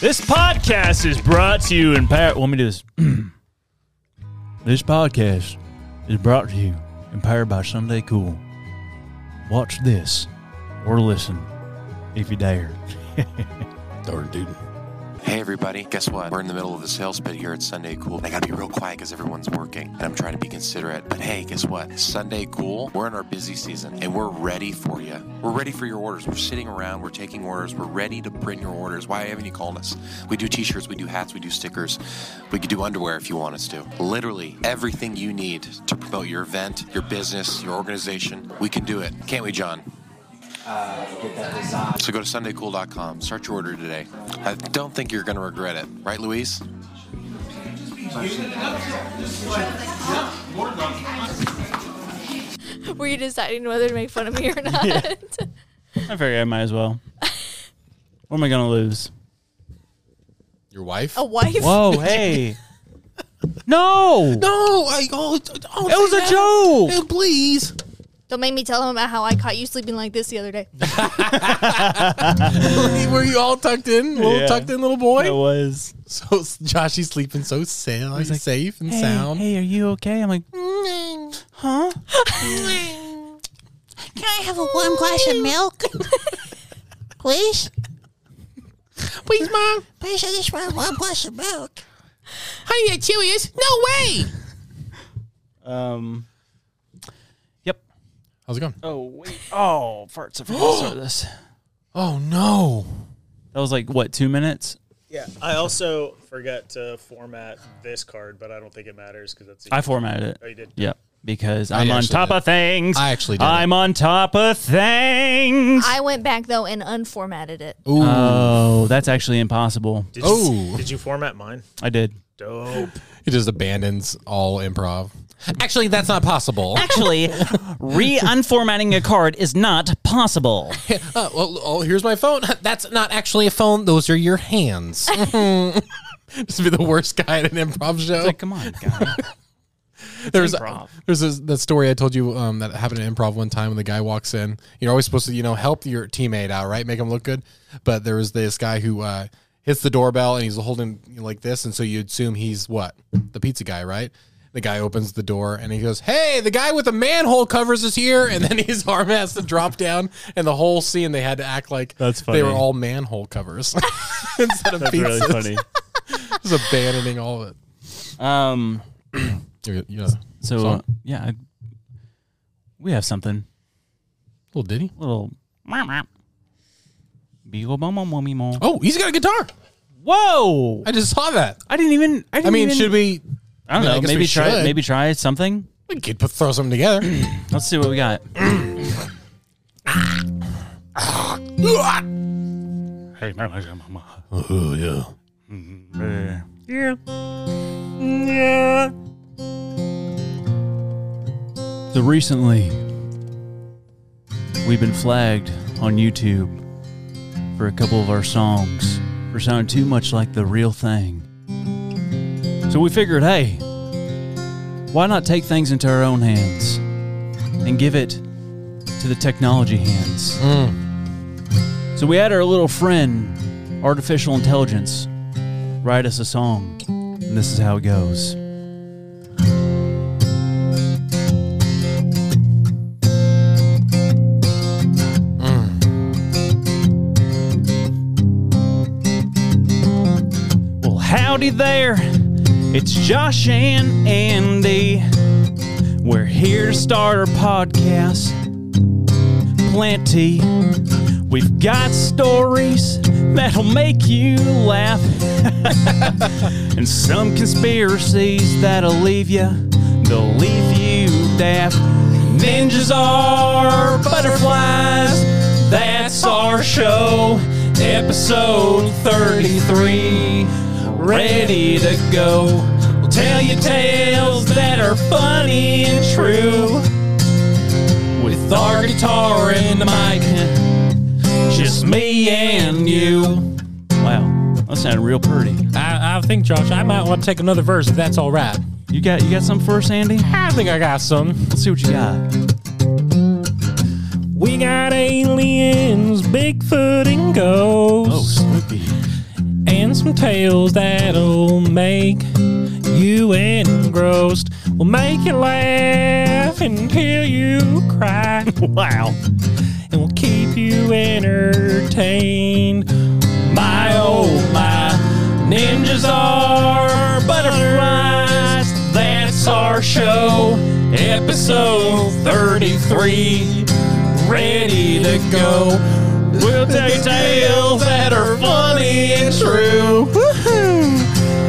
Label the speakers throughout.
Speaker 1: This podcast is brought to you in part. Let me do this. this podcast is brought to you in part by Sunday Cool. Watch this or listen if you dare.
Speaker 2: Darn dude.
Speaker 3: Hey everybody, guess what? We're in the middle of the sales bit here at Sunday Cool. I gotta be real quiet because everyone's working and I'm trying to be considerate. But hey, guess what? Sunday Cool, we're in our busy season and we're ready for you. We're ready for your orders. We're sitting around, we're taking orders, we're ready to print your orders. Why haven't you called us? We do t shirts, we do hats, we do stickers, we could do underwear if you want us to. Literally everything you need to promote your event, your business, your organization, we can do it. Can't we, John? So go to sundaycool.com, start your order today. I don't think you're going to regret it, right, Louise?
Speaker 4: Were you deciding whether to make fun of me or not?
Speaker 1: I figure I might as well. What am I going to lose?
Speaker 2: Your wife?
Speaker 4: A
Speaker 1: Oh,
Speaker 4: wife?
Speaker 1: Whoa, hey. No!
Speaker 2: No, I oh, oh
Speaker 1: It was a joke!
Speaker 2: please.
Speaker 4: Don't make me tell him about how I caught you sleeping like this the other day.
Speaker 2: Were you all tucked in, little
Speaker 1: Yeah.
Speaker 2: tucked in little boy?
Speaker 1: It was.
Speaker 2: So Josh, he's sleeping so sound, he's safe and sound.
Speaker 1: Hey, are you okay? I'm like, huh?
Speaker 5: Can I have a warm glass of milk? Please?
Speaker 2: Please, mom.
Speaker 5: Please, I just want a warm glass of milk.
Speaker 2: Honey, that Cheerios. No way.
Speaker 1: Um. Yep.
Speaker 2: How's it going?
Speaker 1: Oh wait. Oh, farts! I forgot to start this.
Speaker 2: Oh no.
Speaker 1: That was like what two minutes?
Speaker 6: Yeah, I also forgot to format this card, but I don't think it matters because that's.
Speaker 1: I formatted it.
Speaker 6: Oh, you did.
Speaker 1: Yep. Because
Speaker 2: I
Speaker 1: I'm on
Speaker 2: actually
Speaker 1: top
Speaker 2: did.
Speaker 1: of things.
Speaker 2: I actually did it.
Speaker 1: I'm on top of things.
Speaker 4: I went back though and unformatted it.
Speaker 2: Ooh.
Speaker 1: oh, that's actually impossible.
Speaker 6: Did
Speaker 2: Oh.
Speaker 6: You, did you format mine?
Speaker 1: I did.
Speaker 6: Dope.
Speaker 2: it just abandons all improv. Actually, that's not possible.
Speaker 1: Actually, re-unformatting a card is not possible.
Speaker 2: Uh, well, oh, here's my phone. That's not actually a phone. Those are your hands. Mhm. This would be the worst guy at an improv show.
Speaker 1: Like, come on, guy.
Speaker 2: There's
Speaker 1: improv.
Speaker 2: there's this, that story I told you um, that happened in improv one time when the guy walks in. You're always supposed to you know help your teammate out, right? Make him look good. But there was this guy who uh, hits the doorbell and he's holding you know, like this, and so you assume he's what the pizza guy, right? The guy opens the door and he goes, "Hey, the guy with the manhole covers is here!" And then his arm has to drop down, and the whole scene they had to act like
Speaker 1: That's
Speaker 2: they were
Speaker 1: funny.
Speaker 2: all manhole covers instead of
Speaker 1: That's really
Speaker 2: pizzas.
Speaker 1: funny.
Speaker 2: Just abandoning all of it.
Speaker 1: Um.
Speaker 2: You know,
Speaker 1: So
Speaker 2: Song?
Speaker 1: yeah, I, we have something.
Speaker 2: little ditty.
Speaker 1: Little. Beagle bum bum bum bum.
Speaker 2: Oh, he's got a guitar.
Speaker 1: Whoa!
Speaker 2: I just saw that.
Speaker 1: I didn't even. I, didn't
Speaker 2: I mean,
Speaker 1: even,
Speaker 2: should we?
Speaker 1: I don't
Speaker 2: I mean, I
Speaker 1: know.
Speaker 2: guess
Speaker 1: maybe
Speaker 2: we
Speaker 1: try.
Speaker 2: should.
Speaker 1: Maybe try something.
Speaker 2: We could put, throw something together.
Speaker 1: Let's see what we got.
Speaker 2: oh yeah.
Speaker 1: So recently, we've been flagged on YouTube for a couple of our songs for sounding too much like the real thing. So we figured, hey, why not take things into our own hands and give it to the technology hands? So we had our little friend, artificial intelligence, write us a song, and this is how it goes. Well, howdy there. It's Josh and Andy. We're here to start our podcast. Plenty. We've got stories that'll make you laugh, and some conspiracies that'll leave you, they'll leave you daft. Ninjas are butterflies. That's our show, episode 33 ready to go. We'll tell you tales that are funny and true. With our guitar and the mic, just me and you. Wow, that sounded real pretty.
Speaker 7: I, I think, Josh, I might want to take another verse if that's all right.
Speaker 1: You got you got some first, Andy?
Speaker 7: I think I got some.
Speaker 1: Let's see what you got.
Speaker 7: We got aliens, Bigfoot, and ghosts,
Speaker 1: Oh, spooky.
Speaker 7: and
Speaker 8: some tales that'll make you engrossed. Will make you laugh until you cry.
Speaker 1: Wow.
Speaker 8: and will keep you entertained. My oh my, ninjas are butterflies. That's our show, episode 33. Ready to go. We'll tell you tales that are funny and true.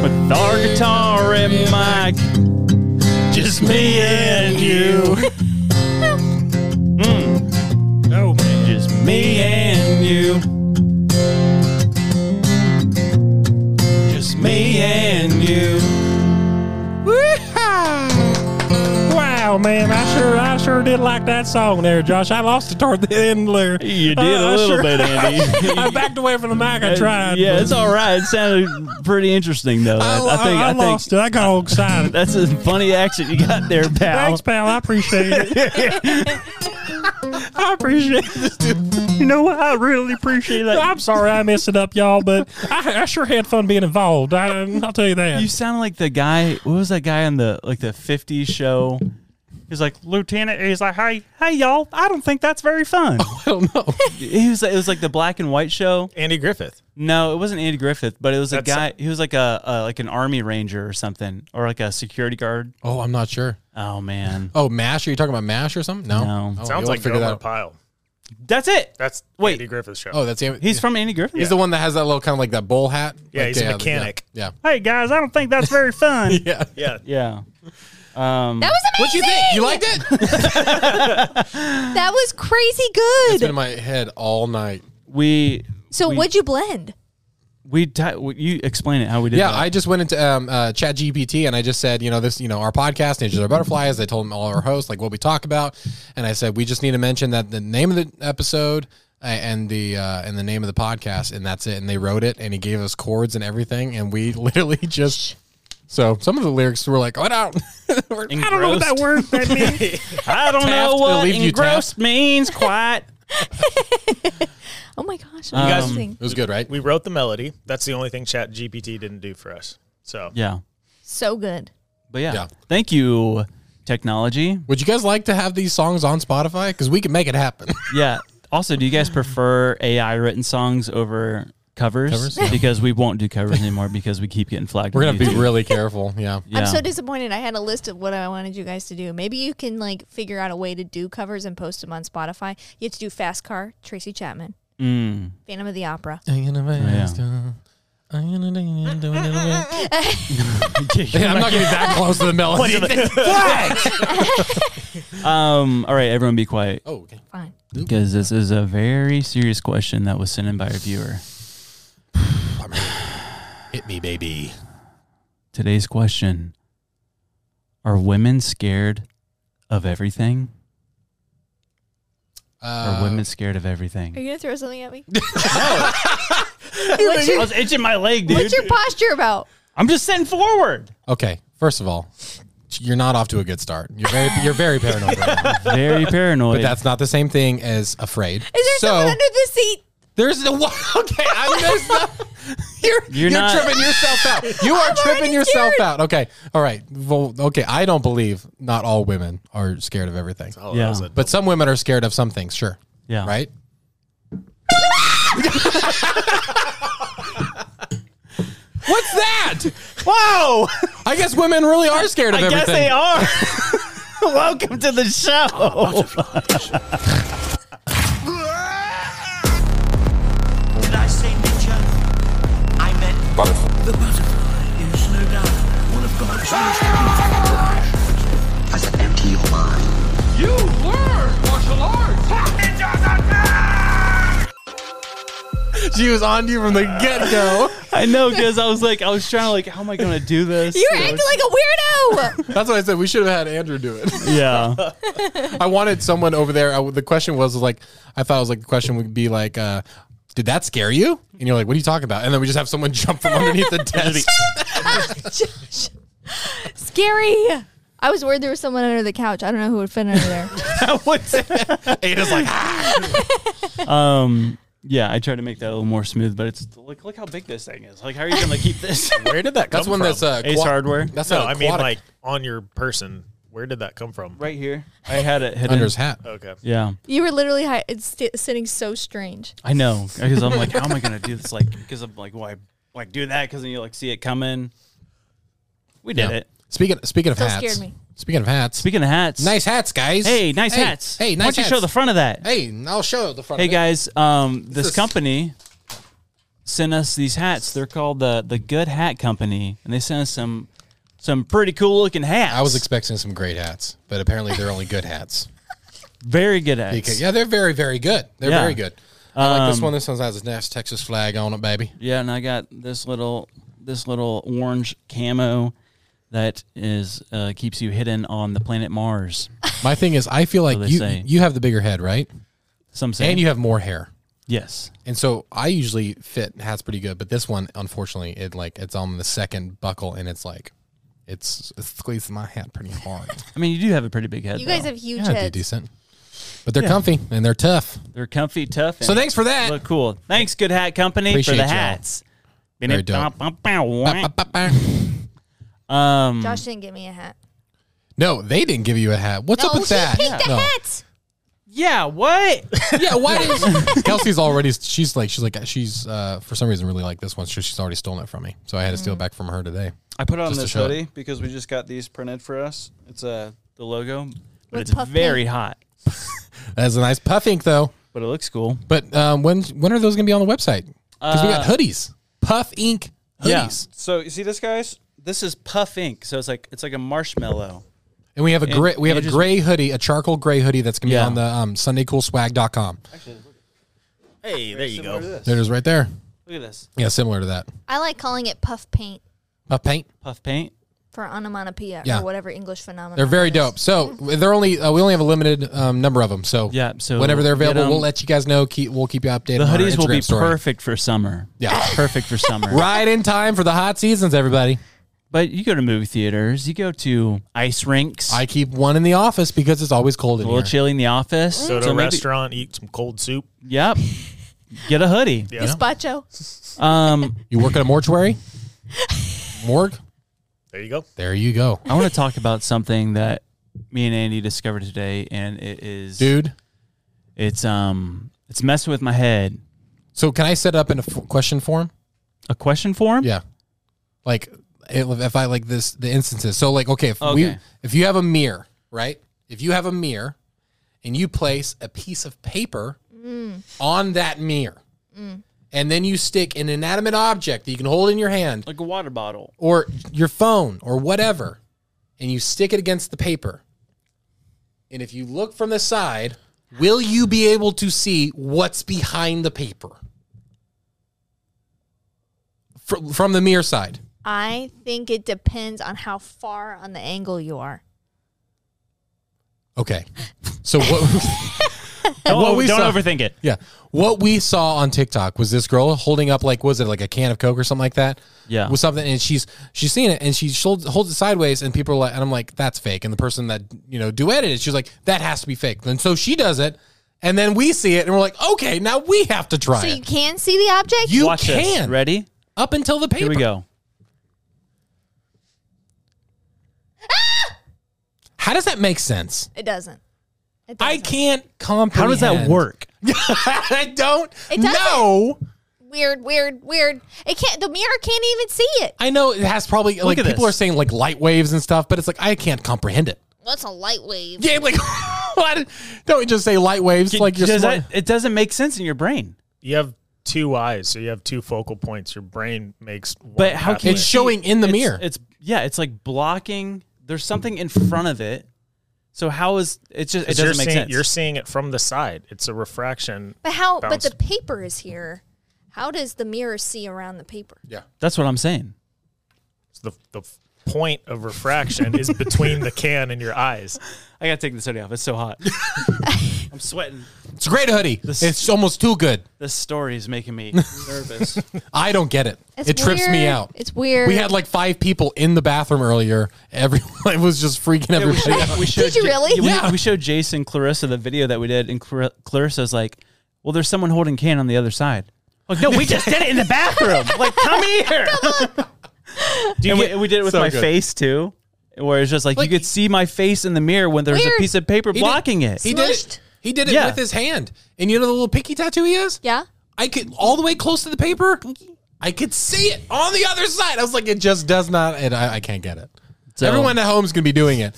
Speaker 1: With our guitar and mic,
Speaker 8: Just me and you.
Speaker 9: No, man.
Speaker 1: Hmm. Oh, just me and you. Just me and you.
Speaker 8: Wow, man, I sure, I sure did like that song there, Josh. I lost it toward the end there.
Speaker 1: You did
Speaker 8: I-
Speaker 1: a
Speaker 8: I
Speaker 1: little
Speaker 8: sure-
Speaker 1: bit, Andy.
Speaker 8: I backed away from the mic. I tried.
Speaker 1: Yeah, it's all right. It sounded pretty interesting, though.
Speaker 8: I,
Speaker 1: I, I think. I, think
Speaker 8: lost it. I got all excited.
Speaker 1: that's a funny accent you got there, pal.
Speaker 8: Thanks, pal. I appreciate it. I appreciate this, dude. You know what? I really appreciate that. I'm sorry I messed it up, y'all, but I, I sure had fun being involved. I, I'll tell you that.
Speaker 1: You sound like the guy. What was that guy on the like the '50s show? He's like Lieutenant. He's like, hey, hey, y'all. I don't think that's very fun.
Speaker 2: Oh, I don't know.
Speaker 1: he was. It was like the black and white show.
Speaker 9: Andy Griffith.
Speaker 1: No, it wasn't Andy Griffith, but it was a
Speaker 9: That's-
Speaker 1: guy. He was like a, a like an army ranger or something, or like a security guard.
Speaker 2: Oh, I'm not sure.
Speaker 1: Oh man,
Speaker 2: Oh, Mash? Are you talking about Mash or something? No.
Speaker 1: No.
Speaker 2: Oh,
Speaker 9: Sounds
Speaker 2: you'll
Speaker 9: like
Speaker 2: figure
Speaker 9: Gomer
Speaker 2: that out.
Speaker 9: Pyle.
Speaker 1: that's it.
Speaker 9: That's
Speaker 1: Wait.
Speaker 9: Andy Griffith's show.
Speaker 2: Oh, that's him.
Speaker 1: He's from Andy Griffith.
Speaker 2: He's the one that has that little kind of like that bowl hat.
Speaker 9: Yeah,
Speaker 2: Like,
Speaker 9: he's a mechanic.
Speaker 2: Yeah.
Speaker 1: Hey guys, I don't think that's very fun.
Speaker 2: Yeah.
Speaker 9: Yeah.
Speaker 1: yeah. Um,
Speaker 4: That was amazing.
Speaker 2: What you think? You liked it? it's
Speaker 4: That was crazy
Speaker 2: been in
Speaker 4: good.
Speaker 2: my head all night.
Speaker 1: we
Speaker 4: So
Speaker 1: we-
Speaker 4: what'd you blend?
Speaker 1: we, ti- we you explain it how we did.
Speaker 2: Yeah,
Speaker 1: that.
Speaker 2: I just went into um, uh, Chat GPT and I just said, you know, this, you know, our podcast, Ninjas Are Butterflies. I told them all our hosts, like what we talk about, and I said we just need to mention that the name of the episode uh, and the uh, and the name of the podcast, and that's it. And they wrote it, and he gave us chords and everything, and we literally just. So some of the lyrics were like, "What out?"
Speaker 8: I don't know what that word that means.
Speaker 1: I don't know
Speaker 2: Taft,
Speaker 1: what
Speaker 2: they'll leave you
Speaker 1: engrossed means quite.
Speaker 4: Oh my gosh,
Speaker 2: Um,
Speaker 9: guys-
Speaker 4: amazing.
Speaker 2: It was good, right?
Speaker 9: We wrote the melody. That's the only thing Chat GPT didn't do for us. So
Speaker 1: yeah.
Speaker 4: so good.
Speaker 1: But yeah.
Speaker 2: Yeah.
Speaker 1: Thank you, technology.
Speaker 2: Would you guys like to have these songs on Spotify? Because we can make it happen.
Speaker 1: Yeah. Also, do you guys prefer AI written songs over covers?
Speaker 2: Covers?
Speaker 1: Because we won't do covers anymore because we keep getting flagged.
Speaker 2: We're
Speaker 1: on
Speaker 2: gonna be
Speaker 1: YouTube.
Speaker 2: really careful. Yeah.
Speaker 1: Yeah.
Speaker 4: I'm so disappointed. I had a list of what I wanted you guys to do. Maybe you can like figure out a way to do covers and post them on Spotify. You have to do Fast Car, Tracy Chapman,
Speaker 1: Mm.
Speaker 4: Phantom of the Opera.
Speaker 2: I'm
Speaker 1: Yeah.
Speaker 2: not gonna be that close to the melody.
Speaker 1: um. All right, everyone, be quiet
Speaker 2: Oh, okay.
Speaker 4: Fine.
Speaker 1: because this is a very serious question that was sent in by a viewer.
Speaker 2: Hit me, baby.
Speaker 1: Today's question: Are women scared of everything?
Speaker 2: Uh,
Speaker 1: Are women scared of
Speaker 4: Are
Speaker 1: everything?
Speaker 4: you gonna throw something at me? what's, your,
Speaker 1: was itching my leg,
Speaker 4: what's your posture about?
Speaker 1: I'm just sitting forward.
Speaker 2: Okay, first of all, you're not off to a good start. You're very, you're very paranoid, right now.
Speaker 1: Very paranoid.
Speaker 2: but that's not the same thing as afraid.
Speaker 4: Is there someone under the seat?
Speaker 2: there's no okay. I'm there's no, you're
Speaker 1: You're
Speaker 2: you're,
Speaker 1: not-
Speaker 2: tripping yourself out. You are
Speaker 4: I'm
Speaker 2: tripping
Speaker 4: already
Speaker 2: yourself
Speaker 4: scared.
Speaker 2: out. Okay, all right. Well, okay. I don't believe not all women are scared of everything,
Speaker 9: Oh,
Speaker 1: Yeah.
Speaker 9: that was a-
Speaker 2: but some women are scared of some things. Sure,
Speaker 1: yeah.
Speaker 2: right? What's that?
Speaker 1: Whoa!
Speaker 2: I guess women really are scared of
Speaker 1: I
Speaker 2: everything.
Speaker 1: guess they are. Welcome to the show.
Speaker 10: Did I say ninja? I meant butterfly. The butterfly is no doubt one of God's most beautiful As an empty your mind. You learn martial arts. Ninjas are
Speaker 2: She was on to you from the get go.
Speaker 1: I know because I was like, I was trying to like, how am I going to do this?
Speaker 4: You're acting like a weirdo.
Speaker 2: That's what I said. We should have had Andrew do it.
Speaker 1: yeah.
Speaker 2: I wanted someone over there. I, the question was like, I thought it was like the question would be like, uh, did that scare you? And you're like, what are you talking about? And then we just have someone jump from underneath the desk.
Speaker 4: Josh. Scary. I was worried there was someone under the couch. I don't know who would fit under there.
Speaker 1: What's
Speaker 2: Ada's like, ah.
Speaker 1: um. Yeah, I tried to make that a little more smooth, but it's like look how big this thing is. Like how are you gonna keep this?
Speaker 9: Where did that come
Speaker 2: That's one
Speaker 9: from?
Speaker 2: that's uh,
Speaker 1: Ace
Speaker 2: qua-
Speaker 1: Hardware.
Speaker 2: That's
Speaker 9: no,
Speaker 2: not
Speaker 9: I mean
Speaker 2: aquatic-
Speaker 9: like on your person. Where did that come from?
Speaker 1: right here. I had it hidden.
Speaker 2: under his hat.
Speaker 1: Oh,
Speaker 9: Okay.
Speaker 1: Yeah,
Speaker 4: You were literally high, it's sti- sitting so strange.
Speaker 1: I know because I'm like, how am I gonna do this? Like because I'm like, why like do that? Because then you like see it coming. We did
Speaker 2: Yeah.
Speaker 1: it.
Speaker 2: Speaking speaking of
Speaker 4: Still
Speaker 2: hats.
Speaker 4: scared me.
Speaker 2: Speaking of hats.
Speaker 1: Speaking of hats,
Speaker 2: nice hats, guys.
Speaker 1: Hey, nice
Speaker 2: Hey,
Speaker 1: hats.
Speaker 2: Hey,
Speaker 1: Why
Speaker 2: nice
Speaker 1: don't you show the
Speaker 2: hats.
Speaker 1: front of that?
Speaker 2: Hey, I'll show the front.
Speaker 1: Hey
Speaker 2: of it.
Speaker 1: guys, um, this
Speaker 2: is-
Speaker 1: company sent us these hats. They're called the the Good Hat Company, and they sent us some some pretty cool looking hats.
Speaker 2: I was expecting some great hats, but apparently they're only good hats.
Speaker 1: very good hats.
Speaker 2: Because- yeah, they're very, very good. They're
Speaker 1: Yeah. Um,
Speaker 2: very good. I like this one. This one has a nice Texas flag on it, baby.
Speaker 1: Yeah, and I got this little this little orange camo that is uh, keeps you hidden on the planet Mars.
Speaker 2: My thing is, I feel like
Speaker 1: they
Speaker 2: you
Speaker 1: say.
Speaker 2: you have the bigger head, right?
Speaker 1: Some say
Speaker 2: And you have more hair,
Speaker 1: yes.
Speaker 2: and so I usually fit hats pretty good, but this one, unfortunately, it like it's on the second buckle, and it's like it's, it's squeezing my hat pretty hard.
Speaker 1: I mean, you do have a pretty big head.
Speaker 4: You guys
Speaker 1: though.
Speaker 4: have huge
Speaker 2: yeah, I do
Speaker 4: heads.
Speaker 2: decent, but they're comfy and they're tough.
Speaker 1: they're comfy, tough. And
Speaker 2: So thanks for that.
Speaker 1: look cool. Thanks, Good Hat Company
Speaker 2: Appreciate
Speaker 1: for the
Speaker 2: y'all.
Speaker 1: hats.
Speaker 2: Very dope.
Speaker 1: Um,
Speaker 4: Josh didn't get me a hat.
Speaker 2: No, they didn't give you a hat. What's
Speaker 4: No,
Speaker 2: up with
Speaker 4: she
Speaker 2: that?
Speaker 4: picked a
Speaker 2: No.
Speaker 4: hat.
Speaker 1: yeah, what?
Speaker 2: Yeah, why did Kelsey's already? She's like, she's like, she's uh, for some reason really like this one. So she's already stolen it from me. So I had to steal it back from her today.
Speaker 1: I put on
Speaker 2: Just to
Speaker 1: this
Speaker 2: show it.
Speaker 1: hoodie because we just got these printed for us. It's uh, the logo, but
Speaker 4: With
Speaker 1: it's
Speaker 4: puff
Speaker 1: very hot.
Speaker 2: That's a nice puff ink though.
Speaker 1: But it looks cool.
Speaker 2: But um, when when are those going to be on the website? Because we got
Speaker 1: Uh,
Speaker 2: hoodies, puff ink hoodies,
Speaker 1: So you see this, guys? This is puff ink. So it's like it's like a marshmallow.
Speaker 2: and we have a
Speaker 1: And-
Speaker 2: gray we
Speaker 1: and
Speaker 2: have a
Speaker 1: you just-
Speaker 2: gray hoodie, a charcoal gray hoodie that's going to
Speaker 1: Yeah.
Speaker 2: be on the um, SundayCoolSwag.com.
Speaker 9: Hey, there you
Speaker 1: Similar to
Speaker 9: go.
Speaker 1: this.
Speaker 2: There it is, right there.
Speaker 1: Look at this
Speaker 2: Yeah, similar to that.
Speaker 4: I like calling it puff paint
Speaker 2: Puff paint.
Speaker 1: puff paint.
Speaker 4: for onomatopoeia
Speaker 2: Yeah.
Speaker 4: or whatever English phenomenon.
Speaker 2: They're very
Speaker 4: that is.
Speaker 2: dope. So they're only uh, we only have a limited um, number of them. So
Speaker 1: Yeah, so
Speaker 2: whenever they're
Speaker 1: get
Speaker 2: available,
Speaker 1: 'em.
Speaker 2: we'll let you guys know. Keep, we'll keep you updated.
Speaker 1: The
Speaker 2: on our
Speaker 1: hoodies will be
Speaker 2: Instagram story.
Speaker 1: perfect for summer.
Speaker 2: Yeah.
Speaker 1: perfect for summer.
Speaker 2: right in time for the hot seasons, everybody.
Speaker 1: But you go to movie theaters. You go to ice rinks.
Speaker 2: I keep one in the office because it's always cold in
Speaker 1: a little
Speaker 2: here.
Speaker 1: chilly in the office.
Speaker 9: Go to a
Speaker 1: maybe-
Speaker 9: restaurant, eat some cold soup.
Speaker 1: Yep. Get a hoodie.
Speaker 9: Yeah.
Speaker 4: Gazpacho.
Speaker 1: Um,
Speaker 2: You work at a mortuary? Morgue?
Speaker 9: There you go.
Speaker 2: There you go.
Speaker 1: I want to talk about something that me and Andy discovered today, and it is
Speaker 2: Dude.
Speaker 1: It's um, it's messing with my head.
Speaker 2: So can I set up in a f- question form?
Speaker 1: A question form?
Speaker 2: Yeah. Like it, if I like this the instances. So like okay, if we
Speaker 1: Okay.
Speaker 2: if you have a mirror, right? If you have a mirror and you place a piece of paper on that mirror. And then you stick an inanimate object that you can hold in your hand
Speaker 1: Like a water bottle.
Speaker 2: or your phone or whatever, and you stick it against the paper. And if you look from the side, will you be able to see what's behind the paper? From, from the mirror side.
Speaker 4: I think it depends on how far on the angle you are.
Speaker 2: Okay. So what
Speaker 1: Don't,
Speaker 2: What we
Speaker 1: Oh, don't
Speaker 2: saw-
Speaker 1: overthink it.
Speaker 2: yeah. What we saw on TikTok was this girl holding up like was it like a can of Coke or something like that?
Speaker 1: Yeah.
Speaker 2: With something and she's she's seeing it and she holds, holds it sideways and people are like and I'm like, that's fake. And the person that, you know, duetted it, she's like, that has to be fake. And so she does it and then we see it and we're like, okay, now we have to try
Speaker 4: So you
Speaker 2: it.
Speaker 4: can see the object?
Speaker 2: You
Speaker 1: Watch
Speaker 2: can
Speaker 1: this. Ready?
Speaker 2: up until the paper.
Speaker 1: Here we go.
Speaker 2: How does that make sense?
Speaker 4: it doesn't. It
Speaker 2: I
Speaker 4: doesn't.
Speaker 2: can't comprehend.
Speaker 1: How does that work?
Speaker 2: I don't
Speaker 4: It doesn't.
Speaker 2: know.
Speaker 4: Weird, weird, weird. It can't. The mirror can't even see it.
Speaker 2: I know it has probably like
Speaker 1: at
Speaker 2: people
Speaker 1: this.
Speaker 2: are saying like light waves and stuff, but it's like I can't comprehend it.
Speaker 4: What's a light wave?
Speaker 2: Yeah, like what? Don't we just say light waves? like you're
Speaker 1: Does
Speaker 2: smart.
Speaker 1: that- it doesn't make sense in your brain.
Speaker 9: You have two eyes, so you have two focal points. Your brain makes. One
Speaker 1: But how
Speaker 9: halfway.
Speaker 1: can
Speaker 2: It's showing in the
Speaker 1: it's-
Speaker 2: mirror.
Speaker 1: It's yeah, it's like blocking. There's something in front of it. So how is it just? It
Speaker 9: you're
Speaker 1: doesn't make
Speaker 9: seeing,
Speaker 1: sense.
Speaker 9: You're seeing it from the side. It's a refraction.
Speaker 4: But how?
Speaker 9: Bounce.
Speaker 4: But the paper is here. How does the mirror see around the paper?
Speaker 1: That's what I'm saying.
Speaker 9: It's the the point of refraction is between the can and your eyes.
Speaker 1: I gotta take this hoodie off. It's so hot. I'm sweating.
Speaker 2: It's a great hoodie. it's almost too good.
Speaker 1: This story is making me nervous.
Speaker 2: I don't get it.
Speaker 4: It's
Speaker 2: it trips me
Speaker 4: weird.
Speaker 2: out.
Speaker 4: It's weird.
Speaker 2: We had like five people in the bathroom earlier. Everyone was just freaking
Speaker 1: Yeah, we
Speaker 2: everybody
Speaker 1: showed-
Speaker 2: out.
Speaker 1: we showed
Speaker 4: Did you
Speaker 1: Ja-
Speaker 4: really?
Speaker 1: we-
Speaker 2: Yeah.
Speaker 1: We, showed Jason Clarissa the video that we did, and Clar- Clarissa's like, Well, there's someone holding a can on the other side. Like, no, we just did it in the bathroom. Like, come here.
Speaker 9: Do you
Speaker 1: and
Speaker 9: get,
Speaker 1: we, we did it with
Speaker 2: so
Speaker 1: my
Speaker 2: good.
Speaker 1: face too, where it's just like,
Speaker 2: Like-
Speaker 1: you could see my face in the mirror when there was
Speaker 4: Weird.
Speaker 1: a piece of paper
Speaker 2: He did-
Speaker 1: blocking it.
Speaker 2: He did
Speaker 4: Smushed.
Speaker 2: it. He did it
Speaker 1: Yeah.
Speaker 2: with his hand. And you know the little pinky tattoo he has?
Speaker 4: Yeah.
Speaker 2: I could all the way close to the paper. I could see it on the other side. I was like, it just does not. And I, I can't get it.
Speaker 1: So-
Speaker 2: Everyone at home's gonna be doing it.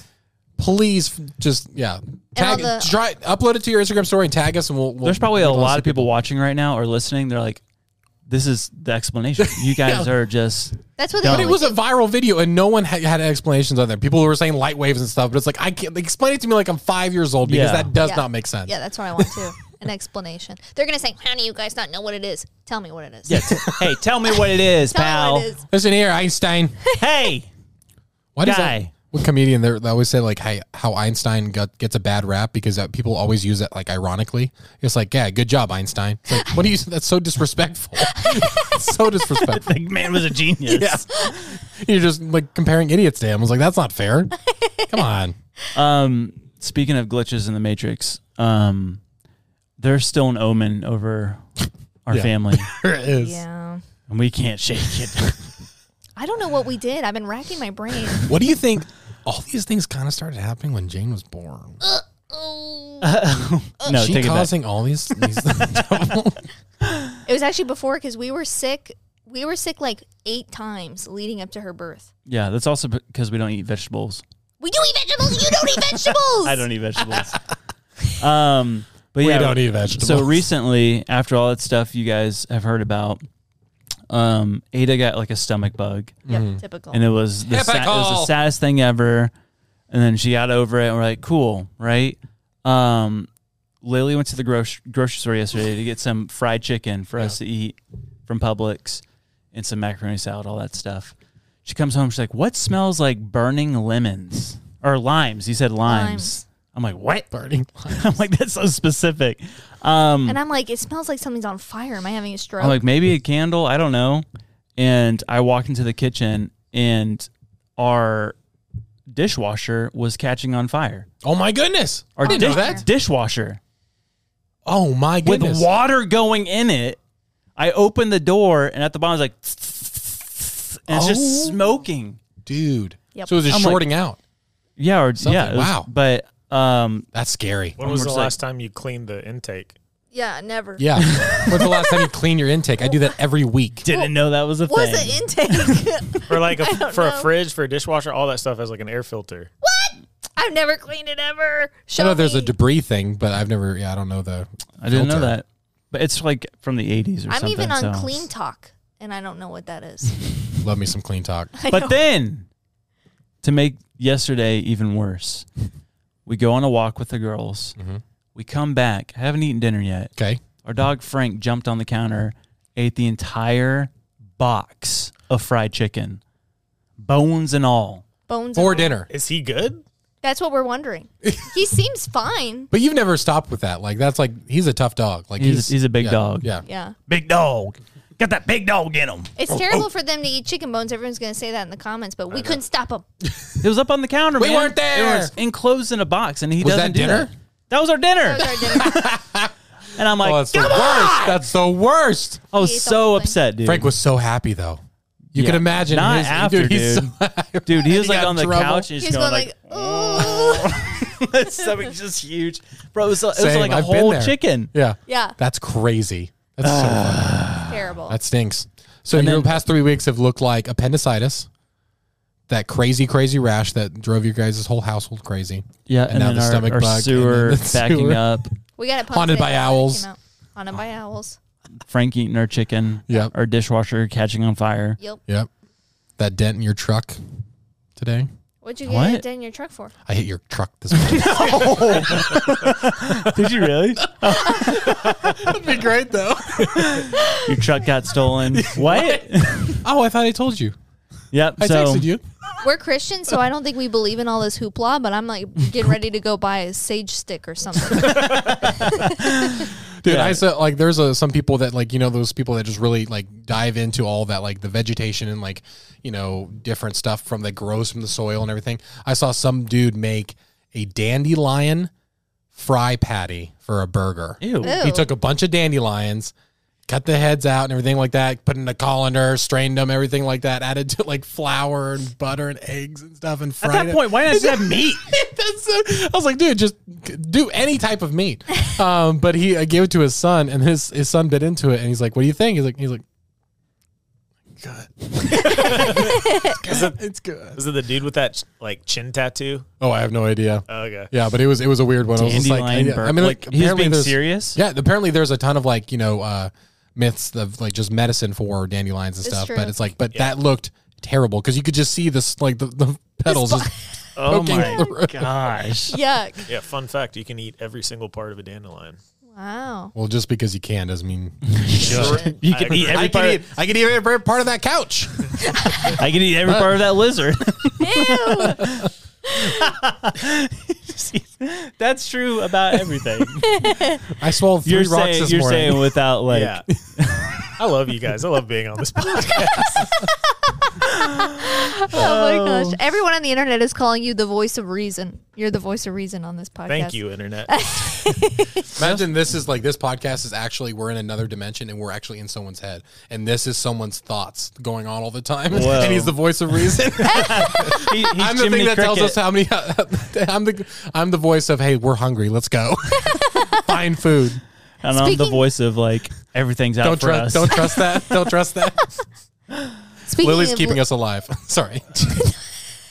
Speaker 2: Please, f- just yeah, tag,
Speaker 4: all the-
Speaker 2: try upload it to your Instagram story and tag us, and we'll. we'll
Speaker 1: There's probably a
Speaker 2: we'll
Speaker 1: lot
Speaker 2: see
Speaker 1: of people watching right now or listening. They're like, this is the explanation. You guys are just.
Speaker 4: That's what
Speaker 1: But
Speaker 4: they
Speaker 2: But it was a viral video, and no one had, had explanations on there. People were saying light waves and stuff, but it's like I can't explain it to me like I'm five years old because
Speaker 1: Yeah.
Speaker 2: that does
Speaker 4: Yeah.
Speaker 2: not make sense.
Speaker 4: Yeah, that's what I want too. An explanation. They're gonna say, "How do you guys not know what it is? Tell me what it is.
Speaker 1: Yeah, t- hey, tell me what it is,
Speaker 4: Tell
Speaker 1: pal.
Speaker 4: me what it is."
Speaker 2: Listen here, Einstein.
Speaker 1: Hey,
Speaker 2: Why does
Speaker 1: Guy.
Speaker 2: that? What comedian there? They always say like, "Hey, how Einstein got, gets a bad rap because uh, people always use it like ironically." It's like, "Yeah, good job, Einstein." It's like, what do you? That's so disrespectful. so disrespectful.
Speaker 1: the man was a genius.
Speaker 2: You're just like comparing idiots to him. I was like, "That's not fair." Come on.
Speaker 1: Um, speaking of glitches in the Matrix, um, there's still an omen over our
Speaker 2: Yeah.
Speaker 1: family,
Speaker 2: There it is.
Speaker 4: Yeah.
Speaker 1: and we can't shake it.
Speaker 4: I don't know what we did. I've been racking my brain.
Speaker 2: What do you think? All these things kind of started happening when Jane was born.
Speaker 4: Oh.
Speaker 1: no,
Speaker 2: she
Speaker 1: take it back.
Speaker 2: causing all these. these trouble.
Speaker 4: It was actually before because we were sick. We were sick like eight times leading up to her birth.
Speaker 1: Yeah, that's also because we don't eat vegetables.
Speaker 4: We do eat vegetables. You don't eat vegetables.
Speaker 1: I don't eat vegetables. um, but yeah,
Speaker 2: we don't eat vegetables.
Speaker 1: So recently, after all that stuff you guys have heard about, um, Ada got like a stomach bug,
Speaker 4: Yep, typical.
Speaker 1: and it was the sa- it was the
Speaker 2: Typical.
Speaker 1: saddest thing ever. And then she got over it, and we're like, cool, right? Um, Lily went to the gro- grocery store yesterday to get some fried chicken for us to eat from Publix and some macaroni salad, all that stuff. She comes home, she's like, what smells like burning lemons or limes? He said limes.
Speaker 4: Limes.
Speaker 1: I'm like, what?
Speaker 2: burning.
Speaker 1: I'm like, that's so specific. Um,
Speaker 4: and I'm like, it smells like something's on fire. Am I having a stroke?
Speaker 1: I'm like, maybe a candle. I don't know. And I walked into the kitchen and our dishwasher was catching on fire.
Speaker 2: Oh my goodness!
Speaker 1: Our
Speaker 2: I didn't know
Speaker 1: dish-
Speaker 2: that.
Speaker 1: dishwasher
Speaker 2: Oh my goodness!
Speaker 1: with water going in it. I opened the door and at the bottom, I was like, and it's just
Speaker 2: Oh.
Speaker 1: smoking.
Speaker 2: dude.
Speaker 4: Yep.
Speaker 2: So it was just
Speaker 1: I'm like-
Speaker 2: shorting out.
Speaker 1: Yeah, or
Speaker 2: Something.
Speaker 1: yeah, it was-
Speaker 2: Wow.
Speaker 1: But um,
Speaker 2: That's scary.
Speaker 9: when was
Speaker 1: We're
Speaker 9: the
Speaker 1: just like-
Speaker 9: last time you cleaned the intake?
Speaker 4: yeah, never.
Speaker 2: Yeah. When's the last time you clean your intake? I do that every week.
Speaker 1: didn't know that was a
Speaker 4: Was
Speaker 1: thing.
Speaker 4: it intake?
Speaker 9: For like a,
Speaker 4: don't
Speaker 9: for
Speaker 4: know.
Speaker 9: a fridge, for a dishwasher, all that stuff has like an air filter.
Speaker 4: I've never cleaned it ever. Show
Speaker 2: I know there's
Speaker 4: me.
Speaker 2: a debris thing, but I've never. Yeah, I don't know the.
Speaker 1: I didn't know
Speaker 2: filter.
Speaker 1: that. But it's like from the 80s or
Speaker 4: I'm
Speaker 1: something.
Speaker 4: even on
Speaker 1: so-
Speaker 4: clean talk, and I don't know what that is.
Speaker 2: Love me some clean talk.
Speaker 1: But then, to make yesterday even worse, we go on a walk with the girls.
Speaker 2: Mm-hmm.
Speaker 1: We come back. I haven't eaten dinner yet.
Speaker 2: Okay.
Speaker 1: Our dog Frank jumped on the counter, ate the entire box of fried chicken, bones and all.
Speaker 4: Bones.
Speaker 2: For
Speaker 4: and-
Speaker 2: dinner.
Speaker 9: Is he good?
Speaker 4: That's what we're wondering. he seems fine.
Speaker 2: But you've never stopped with that. Like that's like he's a tough dog. Like
Speaker 1: He's-
Speaker 2: he's
Speaker 1: he's a big
Speaker 2: yeah,
Speaker 1: dog.
Speaker 2: Yeah.
Speaker 4: Yeah.
Speaker 1: Big dog. Got that big dog in him.
Speaker 4: It's terrible for them to eat chicken bones. Everyone's going to say that in the comments, but we couldn't stop them.
Speaker 1: It was up on the counter.
Speaker 2: We
Speaker 1: man.
Speaker 2: weren't there.
Speaker 1: It was enclosed in a box, and he
Speaker 2: Was
Speaker 1: doesn't
Speaker 2: that dinner?
Speaker 1: do that. That was our dinner, and I'm like,
Speaker 2: Oh, that's the
Speaker 1: "Come
Speaker 2: worst.
Speaker 1: on!"
Speaker 2: That's the worst.
Speaker 1: I
Speaker 4: He ate
Speaker 1: was
Speaker 4: the
Speaker 1: so
Speaker 4: whole thing.
Speaker 1: upset, dude.
Speaker 2: Frank was so happy though. You
Speaker 1: Yeah.
Speaker 2: can imagine.
Speaker 1: Not
Speaker 2: his,
Speaker 1: after,
Speaker 2: dude. He's
Speaker 1: dude.
Speaker 2: so happy.
Speaker 1: dude, he was
Speaker 2: He
Speaker 1: like
Speaker 2: got
Speaker 1: on the
Speaker 2: trouble.
Speaker 1: couch. He's,
Speaker 4: He's
Speaker 1: going
Speaker 4: going
Speaker 1: like,
Speaker 4: like, oh.
Speaker 1: His stomach's just huge, bro. It was, it was
Speaker 2: Same.
Speaker 1: like a
Speaker 2: I've been
Speaker 1: whole
Speaker 2: there.
Speaker 1: chicken.
Speaker 2: Yeah.
Speaker 4: Yeah.
Speaker 2: That's crazy. That's
Speaker 1: Ah.
Speaker 2: so funny.
Speaker 4: terrible.
Speaker 2: That stinks. So
Speaker 1: And
Speaker 2: your
Speaker 1: then-
Speaker 2: past three weeks have looked like appendicitis, that crazy, crazy rash that drove your guys' whole household crazy.
Speaker 1: Yeah,
Speaker 2: and, now the stomach bug, and
Speaker 1: sewer
Speaker 2: then the
Speaker 1: backing
Speaker 2: sewer.
Speaker 1: up,
Speaker 4: we got it pumped
Speaker 2: Haunted
Speaker 4: today.
Speaker 2: by
Speaker 4: It came
Speaker 2: owls.
Speaker 4: out. Haunted by owls.
Speaker 1: Frank eating our chicken,
Speaker 2: Yep.
Speaker 1: our dishwasher catching on fire.
Speaker 4: Yep.
Speaker 2: Yep. That dent in your truck today.
Speaker 4: What'd you
Speaker 1: What?
Speaker 4: get it done in your truck for?
Speaker 2: I hit your truck this morning.
Speaker 1: Did you really?
Speaker 2: That'd be great though.
Speaker 1: Your truck got stolen. what?
Speaker 2: Oh, I thought I told you.
Speaker 1: yep.
Speaker 2: I
Speaker 1: so
Speaker 2: texted you.
Speaker 4: We're Christians, so I don't think we believe in all this hoopla, but I'm like getting ready to go buy a sage stick or something.
Speaker 2: Dude,
Speaker 1: Yeah.
Speaker 2: I said like there's a, some people that like you know those people that just really like dive into all that like the vegetation and like you know different stuff from that grows from the soil and everything. I saw some dude make a dandelion fry patty for a burger.
Speaker 6: Ew.
Speaker 2: He took a bunch of dandelions, cut the heads out and everything like that, put in a colander, strained them, everything like that, added to like flour and butter and eggs and stuff, and
Speaker 6: At
Speaker 2: fried
Speaker 6: that
Speaker 2: it.
Speaker 6: point, why not just have meat?
Speaker 2: That's so- I was like, dude, just do any type of meat. Um, but he uh, gave it to his son, and his his son bit into it, and he's like, "What do you think?" He's like, "He's like, good. it's good."
Speaker 9: Is it the dude with that like chin tattoo?
Speaker 2: Oh, I have no idea.
Speaker 9: Oh, okay.
Speaker 2: Yeah, but it was it was a weird one. I was just like, I,
Speaker 6: Dandelion burger.
Speaker 2: I mean,
Speaker 6: Like,
Speaker 2: like,
Speaker 6: he's
Speaker 2: apparently
Speaker 6: being
Speaker 2: there's-
Speaker 6: serious?
Speaker 2: Yeah, apparently there's a ton of like you know uh, myths of like just medicine for dandelions and
Speaker 4: It's
Speaker 2: stuff.
Speaker 4: true.
Speaker 2: But it's like, but that looked terrible because you could just see this like the, the petals. just
Speaker 9: Oh
Speaker 2: poking
Speaker 9: my
Speaker 2: through.
Speaker 6: Gosh.
Speaker 4: Yuck.
Speaker 9: Yeah, fun fact, you can eat every single part of a dandelion.
Speaker 4: Wow.
Speaker 2: Well, just because you can doesn't mean
Speaker 6: You
Speaker 9: I
Speaker 6: can
Speaker 9: agree.
Speaker 6: eat every
Speaker 2: I
Speaker 6: part.
Speaker 2: can, eat, I can eat every part of that couch.
Speaker 6: I can eat every part of that lizard.
Speaker 4: Ew. Oh
Speaker 6: That's true about everything.
Speaker 2: I swallowed 3
Speaker 6: you're
Speaker 2: rocks
Speaker 6: saying
Speaker 2: this
Speaker 6: you're
Speaker 2: morning.
Speaker 6: saying without like
Speaker 9: Yeah. I love you guys. I love being on this podcast.
Speaker 4: Oh my gosh. Everyone on the internet is calling you the voice of reason. You're the voice of reason on this podcast.
Speaker 9: Thank you, internet.
Speaker 2: Imagine this is like this podcast is actually we're in another dimension and we're actually in someone's head and this is someone's thoughts going on all the time
Speaker 6: Whoa.
Speaker 2: and he's the voice of reason.
Speaker 6: He- he's
Speaker 2: I'm the
Speaker 6: Jiminy
Speaker 2: thing that tells us
Speaker 6: Cricket.
Speaker 2: how many. I'm the I'm the voice of hey we're hungry let's go find food.
Speaker 6: and I'm the
Speaker 4: Speaking-
Speaker 6: voice of like everything's out
Speaker 2: Don't
Speaker 6: for
Speaker 2: trust
Speaker 6: us.
Speaker 2: don't trust that don't trust that.
Speaker 4: Speaking
Speaker 2: Lily's
Speaker 4: of
Speaker 2: keeping
Speaker 4: li-
Speaker 2: us alive. Sorry.